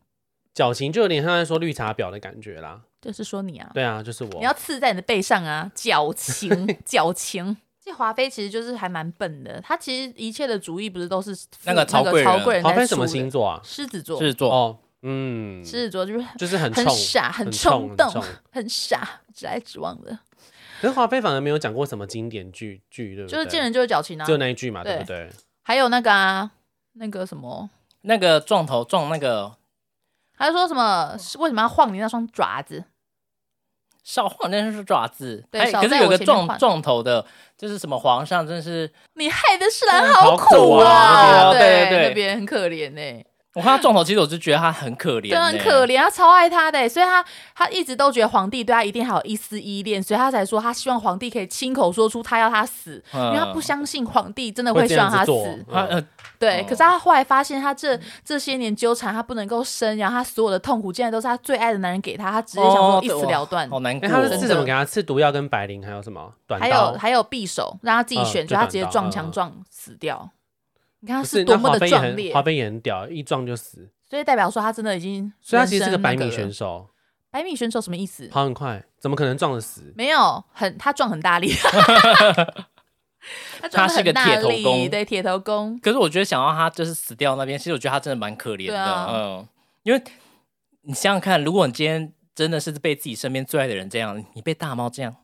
矫情就有点像在说绿茶婊的感觉啦。就是说你啊，对啊，就是我。你要刺在你的背上啊，矫情， [LAUGHS] 矫情。这华妃其实就是还蛮笨的，她其实一切的主意不是都是那个曹贵人曹贵人华在妃出什么星的？座啊？狮子座，制狮作哦，嗯，子座就是就是很很冲傻、很很冲冲动很冲、 [LAUGHS] 很傻、直来直往的，可是华妃反而没有讲过什么经典剧剧，对不对？就是见人就会矫情啊只。有那一句嘛，对对不对？还有那个啊，那个什么，那个撞头撞那个还说什么是为什么要晃你那双爪子？少晃，那是爪子。对哎少可是在有我个前面撞晃撞头的，就是什么皇上，真是你害得世兰好好苦苦啊啊！那边哦对对对那边很可怜呢。欸我看他撞头，其实我就觉得他很可怜、对，很可。怜，他超爱他的欸，所以他他一直都觉得皇帝对他一定还有一丝依恋，所以他才说他希望皇帝可以亲口说出他要他死，因为他不相信皇帝真的嗯会会这希样望他子做嗯死。嗯他呃，对，哦可是他后来发现，他这这些年纠缠，他不能够生，然后他所有的痛苦，竟然都是他最爱的男人给他，他直接想说哦一死了断。好难那他过。真是的是怎么给他刺毒药跟白绫，还有什么短还有刀？还有匕首，让他自己选，嗯所以他直接就撞短刀墙嗯撞死掉。你看他不是，多那么华的妃也壮很烈华，妃也很屌，一撞就死，所以代表说他真的已经所以他其实是人个生那百个米了选手，百米选手什么意思？跑很快，怎么可能撞得死？没有，很他撞很大力， [LAUGHS] 他撞他得是个很大铁头力，功对铁头功，可是我觉得想要他就是死掉那边，其实我觉得他真的蛮可怜对的。啊嗯，因为你想想看，如果你今天真的是被自己身边最爱的人这样，你被大猫这样，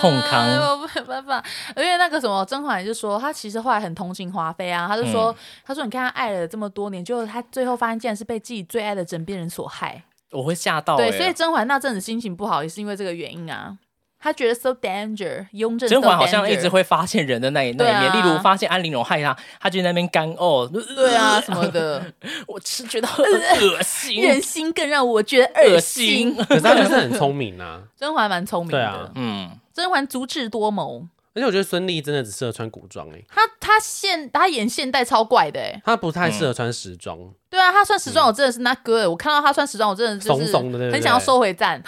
冲康哎我没办法，因为那个什么甄嬛就说，她其实后来很同情华妃啊，她就嗯说，她说你看她爱了这么多年，结果她最后发现竟然是被自己最爱的枕边人所害，我会吓到、欸。对，所以甄嬛那阵子心情不好也是因为这个原因啊，她觉得 so danger，雍正 so 甄嬛好像一直 danger 会发现人的那一那对啊一面，例如发现安陵容害他，他就在那边干呕。对啊什么的， [LAUGHS] 我是觉得很恶 [LAUGHS] 心。人心更让我觉得恶恶心，心。可是他就是很聪明啊甄嬛蛮聪明对的，啊嗯，甄嬛足智多谋。而且我觉得孙俪真的只适合穿古装诶，他他现他演现代超怪的哎、欸，她不太嗯适合穿时装，对啊，他穿时装我真的是那哥、欸，我看到他穿时装我真的就是嗯怂怂的对不对很想要收回赞。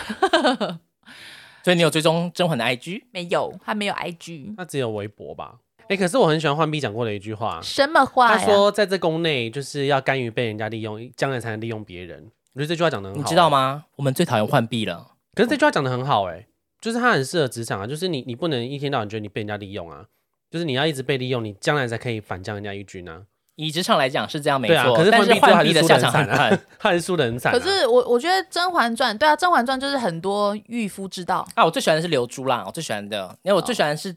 所以你有追踪甄嬛的 IG？没有，他没有 IG，她只有围脖吧？哎，可是我很喜欢浣碧讲过的一句话，什么话他啊呀？说在这宫内就是要甘于被人家利用，将来才能利用别人。我觉得这句话讲的很嗯好，啊你知道？吗？我们最讨厌浣碧了。可是这句话讲的很好哎、就是他很适合职场啊，就是你你不能一天到晚觉得你被人家利用啊，就是你要一直被利用，你将来才可以反将人家一军啊。以职场来讲是这样没对啊，错，可是但浣是碧最后还碧是的输的下很场惨 [LAUGHS] 很啊惨，他还是输的很惨、啊。可是我我觉得《甄嬛传》对啊，《甄嬛传》就是很多御夫之道，啊！我最喜欢的是流珠啦，我最喜欢的，因为我最喜欢的是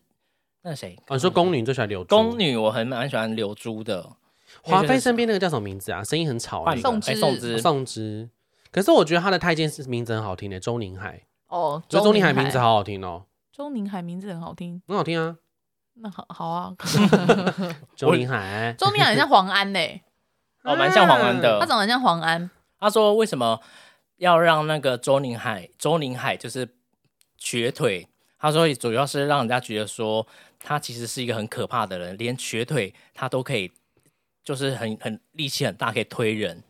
那个谁，哦哦，你说宫女你最喜欢留珠宫，女，我很蛮喜欢流珠的。华妃身边那个叫什么名字啊？声音很吵啊、浣碧宋哎芝宋芝，宋芝。可是我觉得她的太监是名字很好听的、欸周宁海。哦。我觉得周周宁海海名字，好好听哦，周宁海名字很好听，很好听啊。那好好啊。 [LAUGHS] 周宁海，啊周宁海很像黄安呢、欸哦，蛮像黄安他的。长得很像黄安，他说为什么要让那个周宁海，周宁海就是瘸腿？他说主要是让人家觉得说他其实是一个很可怕的人，连瘸腿他都可以，就是很很力气很大，可以推人。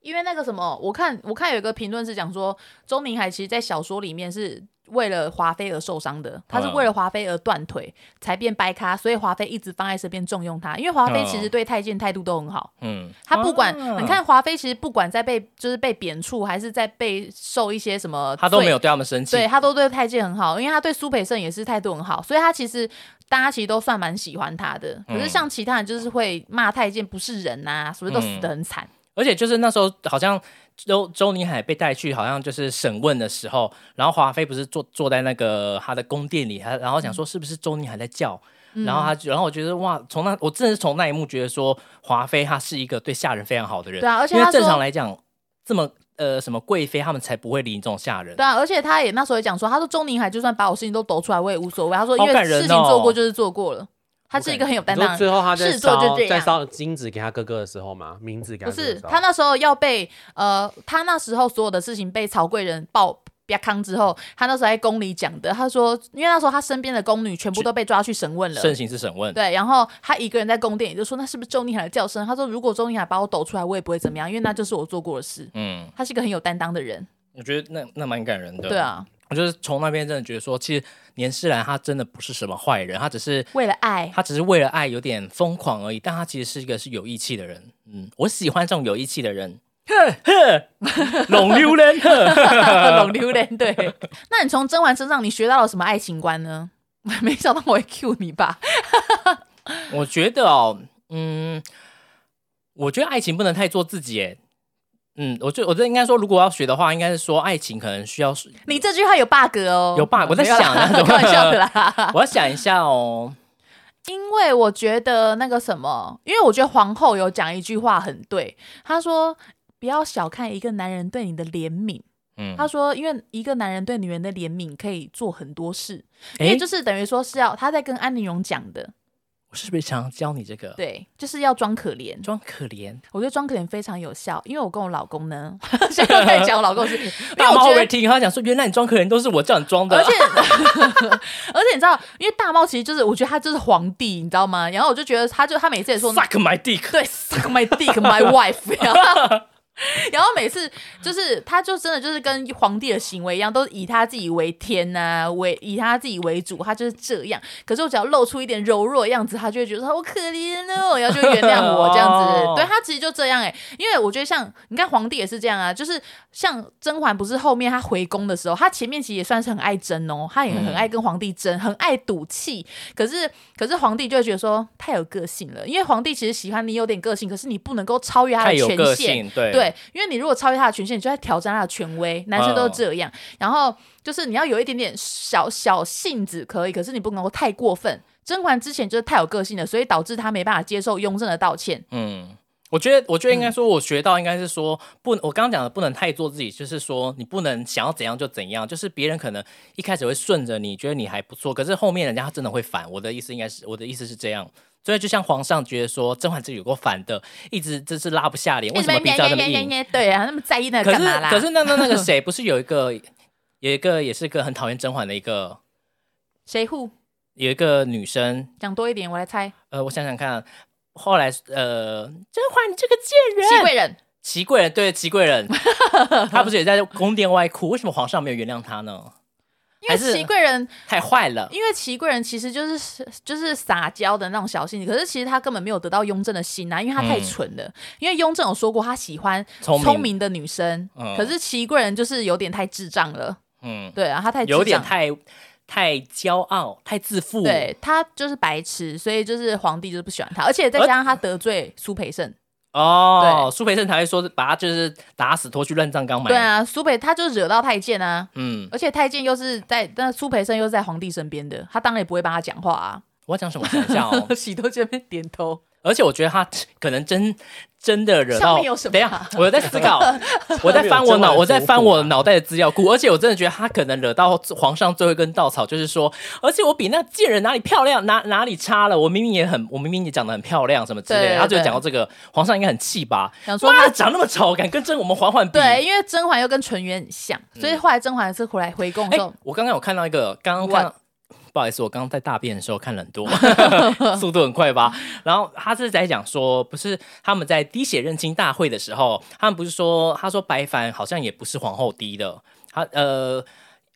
因为那个什么，我看我看有一个评论是讲说，周明海其实，在小说里面是为了华妃而受伤的，嗯他是为了华妃而断腿才变掰咖，所以华妃一直放在身边重用他。因为华妃其实对太监态度都很好，嗯，他不管、啊你看华妃其实不管在被就是被贬黜，还是在被受一些什么罪，他都没有对他们生气。对他都对太监很好，因为他对苏培盛也是态度很好，所以他其实大家其实都算蛮喜欢他的。可是嗯像其他人就是会骂太监不是人呐、所以都死得很惨。而且就是那时候好像周周宁海被带去，好像就是审问的时候，然后华妃不是坐坐在那个他的宫殿里，他然后想说是不是周宁海在叫，嗯然后他就然后我觉得哇，从那我真的是从那一幕觉得说华妃她是一个对下人非常好的人，对啊而且因她为正说常来讲这么。呃，什么贵妃他们才不会理你这种下人，对啊，而且他也那时候也讲说，他说钟宁海就算把我事情都抖出来，我也无所谓。他说因好为感人事哦情做过就是做过了，他是一个很有担你说当的人。最后她在事做就烧这样在烧金子给她哥哥的时候嘛，名字给不她哥哥是的时候他那时候要被呃，他那时候所有的事情被曹贵人爆。啪康之后，他那时候在宫里讲的，他说，因为那时候他身边的宫女全部都被抓去审问了，慎刑是审问，对，然后他一个人在宫殿里就说，那是不是周宁海的叫声？他说，如果周宁海把我抖出来，我也不会怎么样，因为那就是我做过的事。嗯，他是一个很有担当的人，我觉得那那蛮感人的，对，啊，我就是从那边真的觉得说，其实年世兰她真的不是什么坏人，她只是为了爱，他只是为了爱有点疯狂而已，但他其实是一个是有义气的人。嗯，我喜欢这种有义气 [LAUGHS] 的人。呵呵， [LAUGHS] 龙溜人，呵 [LAUGHS] 龙榴莲，对。 [LAUGHS] 那你从甄嬛身上你学到了什么爱情观呢？ [LAUGHS] 没想到我会 Q 你吧？我觉得哦，嗯，我觉得爱情不能太做自己耶。嗯，我就我觉得应该说，如果要学的话，应该是说爱情可能 [LAUGHS] 需要你这句话有 bug 哦，有 bug，我在没有啦 [LAUGHS] 想啊怎么开玩笑的啦。我要想一下哦。因为我觉得那个什么，因为我觉得皇后有讲一句话很对，她说不要小看一个男人对你的怜悯。嗯，她说，因为一个男人对女人的怜悯可以做很多事，因哎为，就是等于说是要她在跟安陵容讲的，我是不是想教你这个？，对，就是要装可怜。装可怜，我觉得装可怜非常有效，因为我跟我老公呢， [LAUGHS] 现在又开始讲我老公 [LAUGHS] 是，因为大我妈会觉不会得。听？她讲说，原来你装可怜都是我叫你装的而，且，而且你知道，因为大猫其实就是，我觉得他就是皇帝，你知道吗？然后我就觉得，他就他每次也说 [LAUGHS] suck my dick。对，suck my dick, my wife [LAUGHS] 然后。然后每次就是，他就真的就是跟皇帝的行为一样，都以他自己为天呐、为以他自己为主，他就是这样。可是我只要露出一点柔弱的样子，他就会觉得说好可怜哦，然后就原谅我这样子。 [LAUGHS] 哦对他其实就这样哎、因为我觉得像你看皇帝也是这样啊，就是像甄嬛不是后面她回宫的时候，她前面其实也算是很爱争哦，她也很爱跟皇帝争，很爱赌气。可是可是皇帝就会觉得说太有个性了，因为皇帝其实喜欢你有点个性，可是你不能够超越他太的有权个限。性，对，嗯对，因为你如果超越他的权限，你就在挑战他的权威。男生都是这样，然后就是你要有一点点小小性子可以，可是你不能够太过分。甄嬛之前就是太有个性了，所以导致她没办法接受雍正的道歉。嗯，我觉得，我觉得应嗯该说，我学到应该是说，不，我刚刚讲的不能太做自己，就是说你不能想要怎样就怎样，就是别人可能一开始会顺着你，觉得你还不错，可是后面人家他真的会反。我的意思应该是，我的意思是这样。所以就像皇上觉得说，甄嬛这有过反的，一直真是拉不下哎脸，为什么比较那么硬？对啊，那么在意那个可干是嘛啦？ [LAUGHS] 可是那那那个谁，不是有一个有一个也是个很讨厌甄嬛的一个谁护有一个女生，讲多一点，我来猜。呃，我想想看，后来呃，甄嬛你这个熹贱人，贵人，祺贵人对祺贵人， [LAUGHS] 他不是也在宫殿外哭？为什么皇上没有原谅他呢？因为还是祺贵人太坏了，因为祺贵人其实就是就是撒娇的那种小性子，可是其实他根本没有得到雍正的心啊，因为他太蠢了。因为雍正有说过他喜欢聪明聪明的女生，嗯可是祺贵人就是有点太智障了。嗯，对啊，他太智障有点太太骄傲，太自负。对他就是白痴，所以就是皇帝就是不喜欢他，而且再加上他得罪苏培盛，哦，苏培盛才会说把他就是打死拖去乱葬岗埋。对，啊，苏培他就惹到太监啊，哎嗯，而且太监又是在那苏培盛又是在皇帝身边的，他当然也不会帮他讲话啊。。我要讲什么？我想一下 [LAUGHS] 哦喜多这边点头，而且我觉得他可能真真的惹上到，面有什么啊等一下，我在 [LAUGHS] 思考，我在翻真我的脑，很我在恐翻怖我啊脑袋的资料库。而且我真的觉得他可能惹到皇上最后一根稻草，就是说，而且我比那贱人哪里漂亮，哪哪里差了，我明明也很，我明明也长得很漂亮，什么之类对的。他就对讲到这个，皇上应该很气吧？想说妈他的，长那么丑，敢跟真我们嬛嬛比？对，因为甄嬛又跟纯元很像，所以嗯后来甄嬛是回来回宫的哎、时候，我刚刚有看到一个，刚刚看到。不好意思，我刚刚在大便的时候看了很多，速度很快吧。然后他是在讲说，不是他们在滴血认亲大会的时候，他们不是说，他说白凡好像也不是皇后滴的，他呃，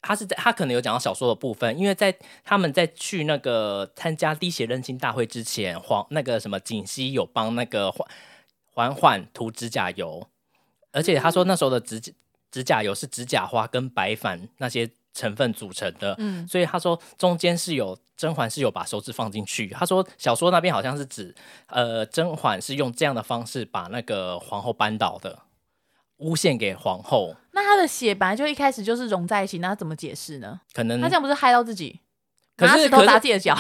他是在他可能有讲到小说的部分，因为在他们在去那个参加滴血认亲大会之前，皇那个什么锦溪有帮那个嬛嬛嬛涂指甲油，而且他说那时候的指甲指甲油是指甲花跟白矾那些成分组成的，嗯，所以他说中间是有甄嬛是有把手指放进去。他说小说那边好像是指，呃，甄嬛是用这样的方式把那个皇后扳倒的，诬陷给皇后，那他的血本来就一开始就是融在一起，那他怎么解释呢？可能他这样不是害到自己？嗯可拿是石头可砸是自己的 [LAUGHS] 脚，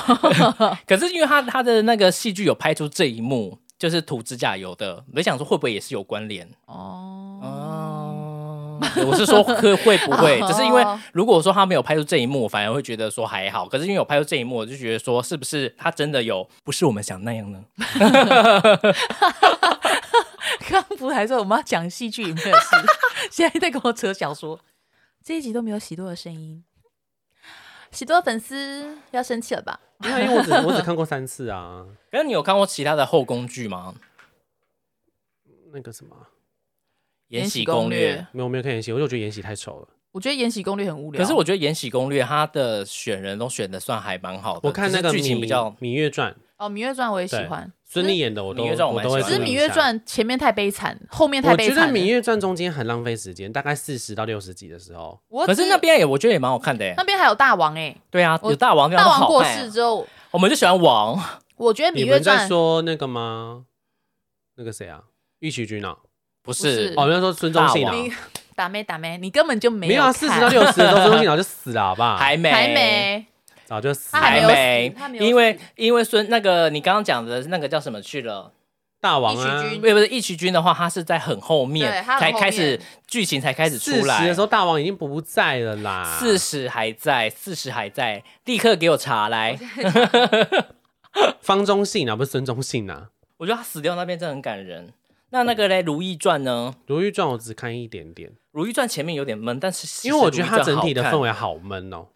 可是因为他他的那个戏剧有拍出这一幕，就是涂指甲油的，我在想说会不会也是有关联？哦，哦， [LAUGHS] 我是说会会不会哦，只是因为如果说他没有拍出这一幕，我反而会觉得说还好。可是因为有拍出这一幕，我就觉得说是不是他真的有不是我们想那样呢？ [LAUGHS] 刚刚不是还说我们要讲戏剧有没有事？现在在跟我扯小说，这一集都没有喜多的声音，喜多的粉丝要生气了吧？没 [LAUGHS] 有因为我只 [LAUGHS] 我只看过三次啊，可是你有看过其他的后宫剧吗？《那个什么，延禧攻略没有我没有看延禧，我就觉得延禧太丑了。我觉得《延禧攻略》很无》，聊。可是我觉得《延禧攻略》它的选人都选的算还蛮好的，我看那呃只个是剧情芈比较《芈月传》，哦，《芈月传》我也喜对欢，孙俪演的我都芈月传我我蛮都会喜只欢是《的芈一月下传》前面太悲惨，后面太我觉悲得《惨了。芈月传》中间很浪费时间，大概四十到六十集的时候，我可是只那边也我觉得也蛮好看的耶那。边还有大王哎、对啊，我有大王这样大都王好哎过看欸世，之后，我们就喜欢王。我觉得《你芈月们在传》说那个吗？那个谁啊？玉玺君啊？不 [LAUGHS] 不是是哦，没有说孙中信大啊？王你打妹打妹，你根本就没没有啊，看四十到六十的时候，孙中信早就死了，好不好？还没，还没，早就死他还没了。有死他还没没，有因为因为孙那个你刚刚讲的那个叫什么去了？大王啊义，渠君不是不是，义渠君的话，他是在很后面对他很后才面开始剧情才开始四出十来的时候，大王已经不在了啦。四十还在，四十还在，立刻给我查来。方中信啊，不是孙中信啊，我觉得他死掉那边真的很感人。那那个嘞，《如懿传》呢， 《如懿传》我只看一点点， 《如懿传》前面有点闷，但是其实因为我觉得如懿它传整体的好看氛围好闷哦。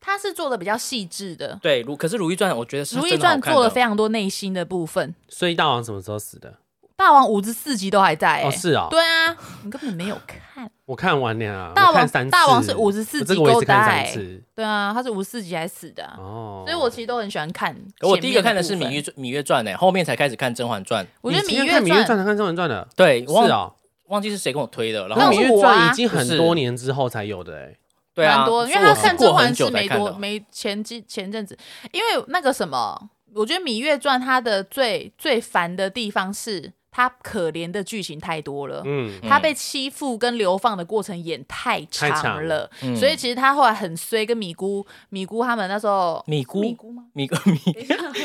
他是做的比较细致的，对，如可是《如懿传》我觉得是《如懿真的好传看》的做了非常多内心的部分，所以大王什么时候死的？大王五至四集都还在、欸，哦，是啊，对啊，你根本没有看。我看完了啊，大我看王三次，大王是54我这集个我也都是看三带次对啊，他是五十四集还死的啊、哦。所以我其实都很喜欢看前面部可分。我第一个看的是《芈月芈月传》呢，欸后面才开始看《甄嬛传》。我觉得《你芈之前看《芈月月传传》》才看《甄嬛传》的，对，忘、是哦。忘记是谁跟我推的，然那那《后我芈是月传啊》已经很是多年之后才有的哎，对啊，蛮多，因为是我他看《过甄嬛很是久才没看多的。没前几前阵子，因为那个什么，我觉得《芈月传》它的最最烦的地方是它可怜的剧情太多了。 [LAUGHS] 嗯，他被欺负跟流放的过程演太太长长了了，嗯所以其实他后来很衰，跟米姑、米姑他们那时候米姑，米 [LAUGHS] 姑吗？米姑，米，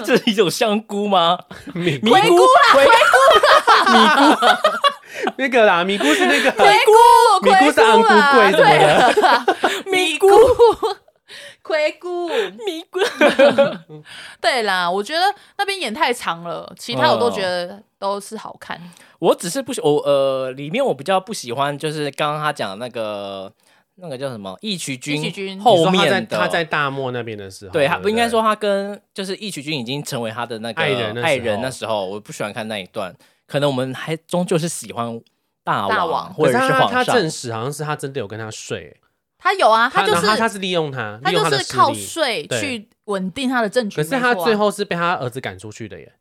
这是一种香菇吗？ [LAUGHS] 米米姑，啊灰 [LAUGHS] 那个啦，米姑是那灰个姑，米姑是昂姑啊咕贵什么对的， [LAUGHS] 米姑、灰姑，米姑，对啦，我觉得那边演太长了，其他我都觉得都是好看。我只是不喜我呃，里面我比较不喜欢，就是刚刚他讲的那个那个叫什么义渠君，义渠君你后说他在面的他在大漠那边的时候，对他不不应该说他跟就是义渠君已经成为他的那个爱人那时候爱人那时候，我不喜欢看那一段，可能我们还终究是喜欢大大王或者可是他皇他上，证实好像是他真的有跟他睡，欸他有啊，他就然后是他是利用他，利用就的是势靠力税对去稳定他的政局。可是没错他啊最后是被他儿子赶出去的耶，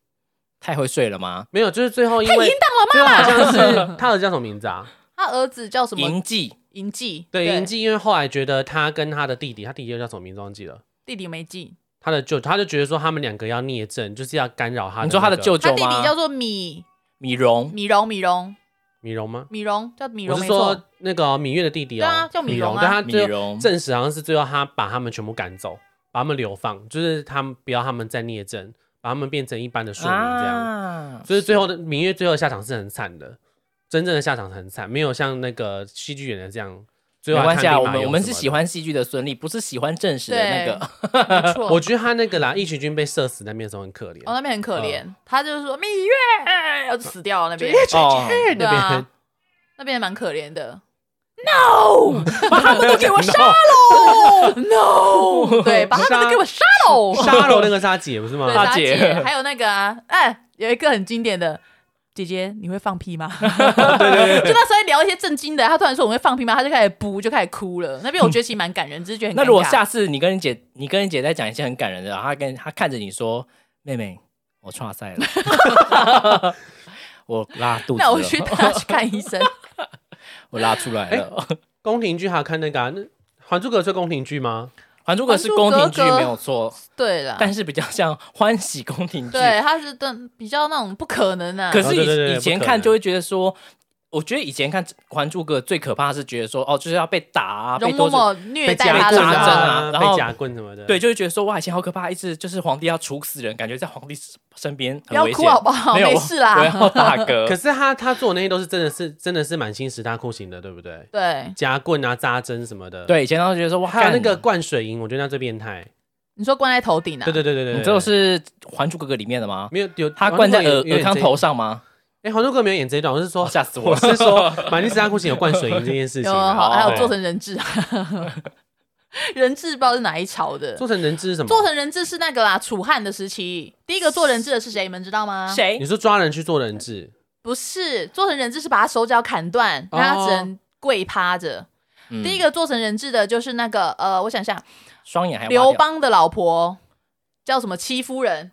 太会睡了吗？没有，就是 [LAUGHS] 最后因为他最赢后到好了妈妈，像是 [LAUGHS] 他儿子叫什么名字啊？他儿子叫什么？嬴稷，嬴稷，对，嬴稷，因为后来觉得他跟他的弟弟，他弟弟叫什么名字忘记了，弟弟没记，他的舅，他就觉得说他们两个要聂政，就是要干扰他、你说他的舅他舅弟弟叫吗？做芈米荣，芈蓉，芈蓉，米荣吗？芈蓉叫芈我蓉，是没错。说那个芈月的弟弟哦，对啊叫米米荣啊对他米最后荣，证实好像是最后他把他们全部赶走，把他们流放，就是他们不要他们在聂政，把他们变成一般的庶民这样。啊，所以最后的芈月最后的下场是很惨的，真正的下场是很惨，没有像那个戏剧演的这样。最没后还关系啊，看兵马我们俑我们什是么喜的。欢戏剧的孙俪，不是喜欢正史的那对个。没错， [LAUGHS] 我觉得他那个啦，义渠君被射死那边的时候很可怜，哦那边很可嗯怜，他就是说芈月要死掉了那边， [LAUGHS] 哦，那 [LAUGHS] 对边、啊，那边也蛮可怜 [LAUGHS] 的。No，把 [LAUGHS] 他们都 [LAUGHS] 给我杀 [LAUGHS] 喽！No，对，把他们都给我杀喽！沙楼那个是他姐不是吗对，？大大姐，姐还有那个啊，哎，有一个很经典的。姐姐，你会放屁吗？对对对，就那时候在聊一些震惊的，他突然说我会放屁吗？他就开始补，就开始哭了。那边我觉得其实蛮感人，只是觉得很那如果尴尬下次你跟你姐，你跟你姐在讲一些很感人的，然后她跟她看着你说：“妹妹，我岔赛了， [LAUGHS] 我拉肚子那了，我去带他去看医生。我拉出来 [LAUGHS] 哎了。宫廷剧还有看那个、啊，那《还珠格格》算宫廷剧吗？还珠格格》是宫廷剧没有错，对啦，但是比较像欢喜宫廷剧。对，他是等比较那种不可能啊。可是哦对对对以对以前不可看能就会觉得说，我觉得以前看《还珠格》格最可怕的是觉得说，哦，就是要被打、啊，被容多嬷次嬷虐待被他夹的棍啊妈妈啊然后被夹棍什么的。对，，就会觉得说哇，以前好可怕，一直就是皇帝要处死人，感觉在皇帝身边不很要危哭险好。不好？没有，没我事我啦。要大哥。可是他他做的那些都是真的是真的是满清十大酷刑的，对不对？对，夹棍啊、扎针什么的。，对，以前当时觉得说哇，还有那干个灌水银，我觉得那最变态。你说关在头顶啊？对对对对对，你对这个是《还珠格格》里面的吗？没有有他灌在还珠格尔格有尔康。有演这一头上吗？哎，《还珠格格》没有演这一段，我是说哦，吓死我我了！是说满清十大酷刑有灌水银这件事情有啊。好，哦还有对做成人质，人质不知道是哪一朝的。做成人质是什 [LAUGHS] 么？做成人质是那个啦，楚汉的时期，第一个做人质的是谁？你们知道吗？？你谁？说抓人去做人质，不是，做成人质是把他手脚砍断，哦让他只能跪趴着。嗯第一个做成人质的就是那个呃，我想想，双哎眼还挖掉刘邦的老婆叫什么？戚夫人。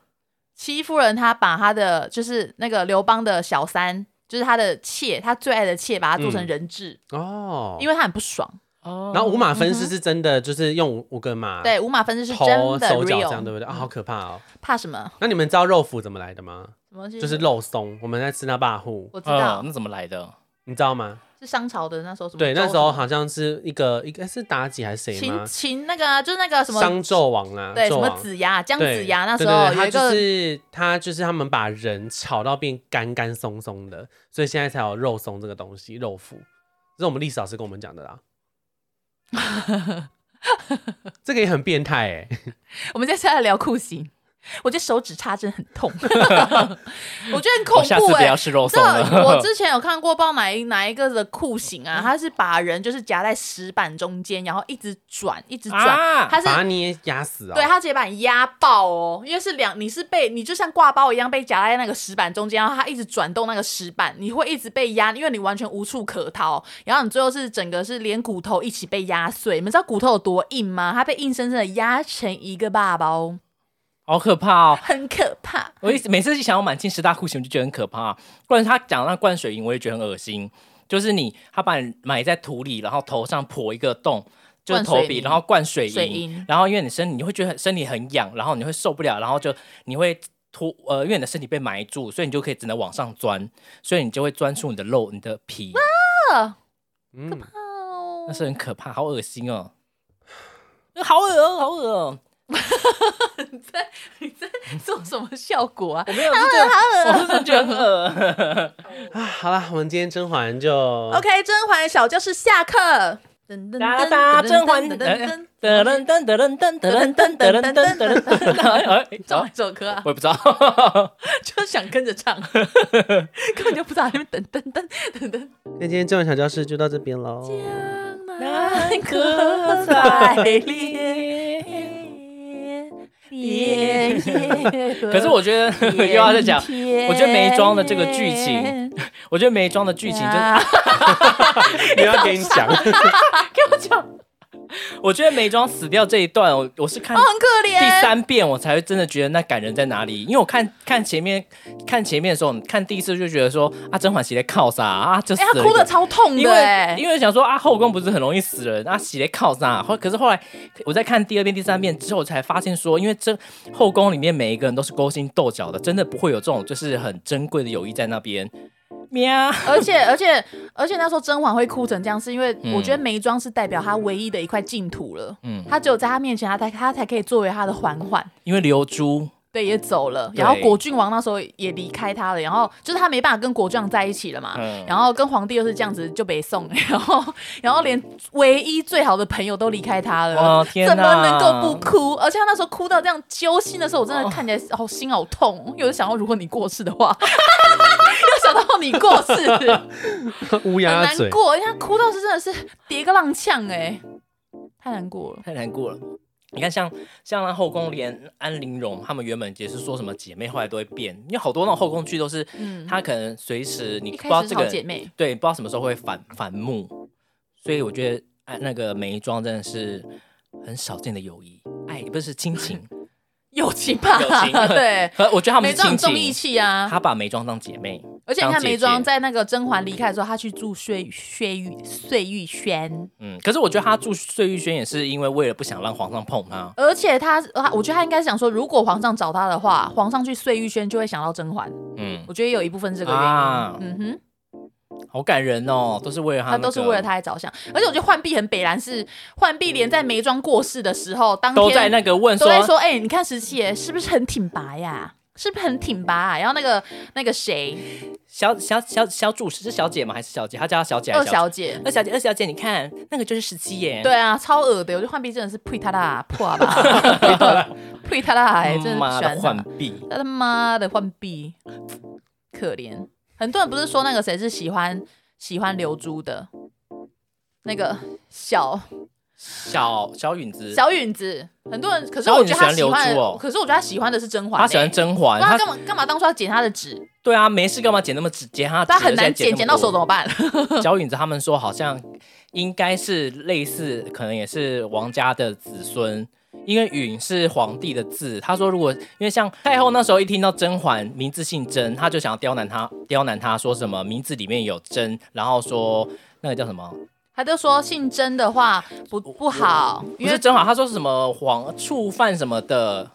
戚夫人她把她的就是那个刘邦的小三，就是他的妾，他最爱的妾，把她做成嗯人质，哦，因为他很不爽。哦然后五马分尸是真的，就是用五五个马对，五马分尸是头真的手脚这样，对 real，不对？啊，好可怕哦！怕什么？那你们知道肉脯怎么来的吗？什么就是肉松，我们在吃那霸户，我知哦道，那怎么来的？你知道吗？是商朝的那时候什么？对，那时候好像是一个一个是妲己还是谁秦吗？秦那个啊就是那个什么商纣王啊，对纣什么王子牙姜对子牙那时对候对有对一他就个是他就是他们把人炒到变干干松松的，所以现在才有肉松这个东西，肉脯，这是我们历史老师跟我们讲的啦。这个也很变态哎、欸 [LAUGHS] 我们接下来聊酷刑，我觉得手指插针很 [LAUGHS] 痛，我觉得很我恐下次怖不哎、要吃肉这松了。 [LAUGHS] 我之前有看过，不知道哪一哪一个的酷刑啊，他是把人就是夹在石板中间，然后一直转，一直转，啊他是把你压死啊、对他直接把你压爆哦，因为是两，你是被你就像挂包一样被夹在那个石板中间，然后他一直转动那个石板，你会一直被压，因为你完全无处可逃，然后你最后是整个是连骨头一起被压碎。你们知道骨头有多硬吗？它被硬生生的压成一个爸爸哦，好可怕哦！很可 [LAUGHS] 怕。我一直每次想要满清十大酷刑，我就觉得很可怕。啊不然他讲那灌水银，我也觉得很恶心。就是你，他把你埋在土里，然后头上破一个洞，就是灌水头皮，银然后灌水水银银，然后因为你身体你会觉得身体很痒，然后你会受不了，然后就你会脱呃，因为你的身体被埋住，所以你就可以只能往上钻，所以你就会钻出你的肉、你的皮，嗯，哦那是很可怕，好恶心哦。呃好恶哦，好恶哦！做什么效果啊我没有，好恶，好恶，我哦是真的觉得很恶。啊，好啦，我们今天甄嬛就？OK，甄嬛小教室下课。噔噔哒哒，甄嬛，噔噔噔噔噔噔噔噔噔噔噔噔噔噔，哎，唱哪首歌啊？我也不知道，就想跟着唱，根本就不知道在那边等等等等等。那今天甄嬛小教室就到这边喽。南柯在烈夜夜可是我觉得又要再讲，我觉得眉庄的这个剧情，我觉得眉庄的剧情就 [LAUGHS] 是，不要跟你讲，给我讲，我觉得眉庄死掉这一段，我我是看哦，很可怜。第三遍我才会真的觉得那感人在哪里，因为我看看前面看前面的时候，你看第一次就觉得说啊，甄嬛写的靠啥啊，就死哎，了他一哭个的超痛因的，为哎，因为想说啊，后宫不是很容易死人啊，洗嘞靠啥？后可是后来我在看第二遍、第三遍之后，我才发现说，因为这后宫里面每一个人都是勾心斗角的，真的不会有这种就是很珍贵的友谊在那边。喵，而且而且而且那时候甄嬛会哭成这样，是因为嗯我觉得眉庄是代表她唯一的一块净土了，嗯，她只有在她面前，她才她才可以作为她的嬛嬛。因为流珠，对，也走了。对然后果郡王那时候也离开他了，然后就是他没办法跟国郡王在一起了嘛。嗯然后跟皇帝又是这样子就北宋， [LAUGHS] 然后然后连唯一最好的朋友都离开他了，哦天怎么能哪哦够不哭？而且他那时候哭到这样揪心的时候，我真的看起来好心好痛。有想到如果你过世的话， [LAUGHS] 又想到你过 [LAUGHS] 世，很乌鸦难嘴。过。因为他哭到是真的是叠个浪呛哎、太难过了。太难过了。你看像，像那后宫，连安陵容她们原本也是说什么姐妹，后来都会变，因为好多那种后宫剧都是，嗯，她可能随时你一不知开道始这是个好人姐妹，对，不知道什么时候会反反目，所以我觉得哎，那个眉庄真的是很少见的友谊，爱不是 [LAUGHS] 亲情，友情吧友情，对。可我觉得 [LAUGHS] 他们眉是庄很亲重义情。气 [LAUGHS] 啊，他把眉庄当姐妹，而且你当看姐眉庄姐在那个甄嬛离开的时候，她去住碎碎玉碎玉轩，嗯，可是我觉得他住碎玉轩也是因为为了不想让皇上碰他，而且她她我觉得她应该是想说，如果皇上找她的话，皇上去碎玉轩就会想到甄嬛。嗯，我觉得也有一部分是这个原因。啊嗯哼，好感人哦，都是为了他、她都是为了她，来着想，而且我觉得浣碧很北兰是浣碧连在眉庄过世的时候，当天都在那个问都说，在说，哎、你看十七爷是不是很挺拔呀？是不是很挺拔、啊？然后那个那个谁，小小小小主是小姐吗？还是小姐？他叫她小姐还二是小小姐，二小姐，二小姐，你看那个就是十七耶，对啊，超恶的，我觉得浣碧真的是呸他啦，破啊 [LAUGHS] 吧，呸他啦，哎真的不嗯妈喜的欢浣他，碧，他他妈的浣碧，可怜。很多人不是说那个谁是喜欢喜欢流珠的，那个小小小允子，小允子，很多人可是小我允子觉得他喜喜欢欢的，流珠哦可是我觉得他喜欢的是甄嬛、欸，他喜欢甄嬛，那他他干嘛干嘛当初要剪他的指？对啊，没事干嘛剪那么直剪他？他很难剪，剪到手怎肿。么办？小允子他们说好像应该是类似，可能也是王家的子孙。因为允是皇帝的字，他说如果因为像太后那时候一听到甄嬛名字姓甄，他就想要刁难他，刁难他说什么名字里面有甄，然后说那个叫什么他就说姓甄的话不不好，不因是为甄嬛，他说是什么皇触犯什么的，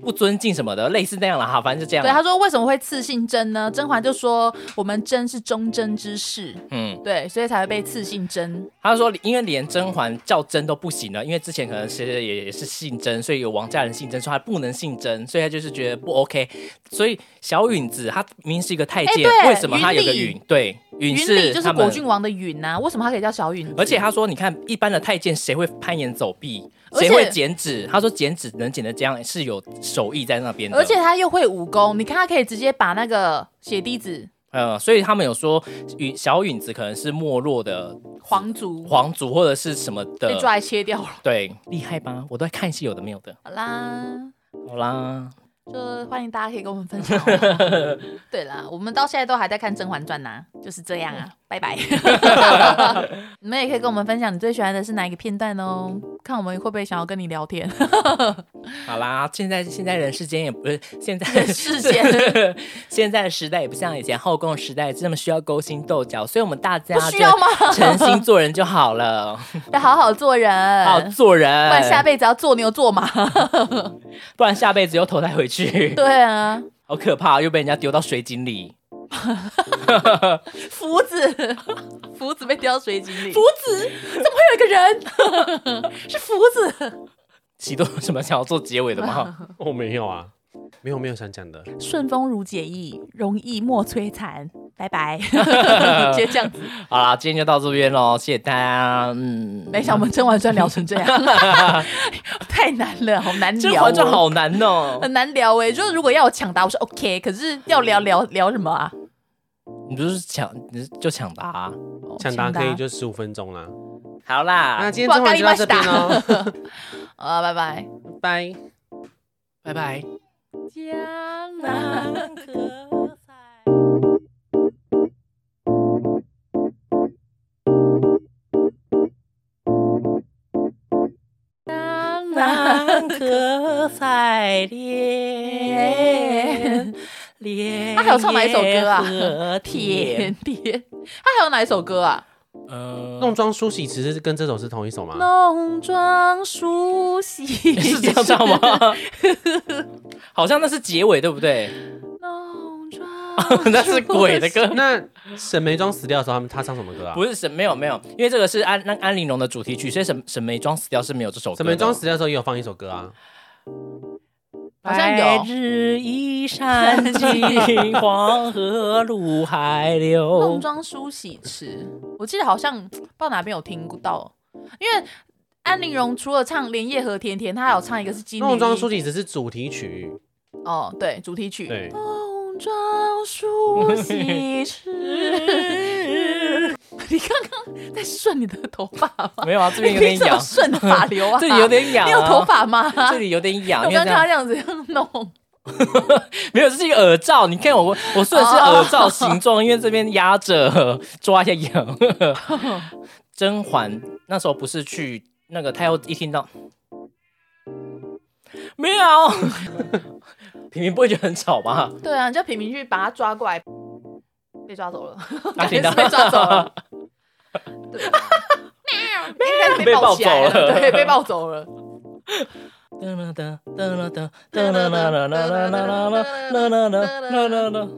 不尊敬什么的，类似那样了哈，反正就这样对啦。他说为什么会刺姓甄呢？甄嬛就说我们甄是忠贞之士，嗯，对，所以才会被刺姓甄。他说，因为连甄嬛叫甄都不行了，因为之前可能谁谁也也是姓甄，所以有王家人姓甄，说他不能姓甄，所以他就是觉得不 OK。所以小允子她明明是一个太哎监，对为什么她有个云里允？对，允云是里就是他果们。啊郡王的允呐、为什么他可以叫小允子？而且他说，你看一般的太监谁会攀岩走壁？而谁会且剪纸？他说剪纸能剪的这样是有手艺在那边的，而且他又会武功，你看他可以直接把那个血滴子呃，所以他们有说允小允子可能是没落的皇族皇族或者是什么被的，抓来切掉了。对，厉害吧？我都在看戏，有的没有的。好啦，好啦，就欢迎大家可以跟我们分享。哦 [LAUGHS] 对啦，我们到现在都还在看《甄嬛传》呐，就是这样啊，拜 [LAUGHS] 拜。你们也可以跟我们分享你最喜欢的是哪一个片段哦，看我们会不会想要跟你聊天。好啦，现在现在人世间也不是现在人世间， [LAUGHS] 现在的时代也不像以前后宫时代这么需要勾心斗角，所以我们大家不 [LAUGHS] 需要吗就诚心做人就 [LAUGHS] 好了，要好好做人，好做呃不人，然下辈子要做牛做马。不然下辈子又投胎回去，对啊， [LAUGHS] 好可怕，又被人家丢到水井里。福子，福子被丢到水井里。福子，怎么会有一个人？ [LAUGHS] 是福子。喜多有什么想要做结尾的 [LAUGHS] 吗？我、没有啊，没有没有想讲的，顺风如解意，容易莫摧残。拜拜，直接这样子。好啦，今天就到这边喽，谢谢大家。嗯，没想到我们《甄嬛传》聊成这样，太难了，好难甄聊、哦嬛传，好难 [LAUGHS] 哦、很难聊哎、就是如果要我抢答，我说 OK，可是要聊聊聊什么啊？你不是抢，你是就抢答、啊哦抢答可以就十五分钟啦。好啦，那今天中晚就到这边喽， [LAUGHS] 啊，拜拜。 [LAUGHS] 拜。拜拜。江南可采。江 [LAUGHS] 南可采莲，莲他还有唱哪一首歌啊和甜？甜，他还有哪一首歌啊？呃， [LAUGHS] 弄妆梳洗其实是跟这首是同一首吗？浓妆梳洗是这样 [LAUGHS] 唱？吗？好像那是结尾，对不 [LAUGHS] 对？浓妆那是鬼的歌。那沈眉庄死掉的时候，他们他唱什么歌啊？不是沈没有没有，因为这个是安那安陵容的主题曲，所以沈沈眉庄死掉是没有这首歌的。沈眉庄死掉的时候也有放一首歌啊。好 [LAUGHS] 像白有日依山尽，黄河入海流浓。妆梳洗池，我记得好像不知道哪边有听到，因为安陵容除了唱《莲叶何田田》，她还有唱一个是《金陵弄妆梳洗只是主题曲，哦，对，主题曲。对，浓妆梳洗池，你刚刚在顺你的头发吗？没有啊，这你边凭有点什么痒，顺发流啊，这里有点痒、你啊。有头，发啊吗？这里有点痒。我因为刚刚这看他样这样子这样弄，没有，这是一个耳罩。你看我，我顺的是耳罩形状，因为这边压着，抓一下痒。甄嬛那时候不是去那个太后，一听到没有，平平不会觉得很吵吧？对啊，你叫平平去把他抓过来，被抓走了，他感觉听到是被抓走了，对，应该是被抱起来对，被被抱走了抱走了。哒啦哒哒啦哒哒啦啦啦啦啦啦啦啦啦啦啦啦。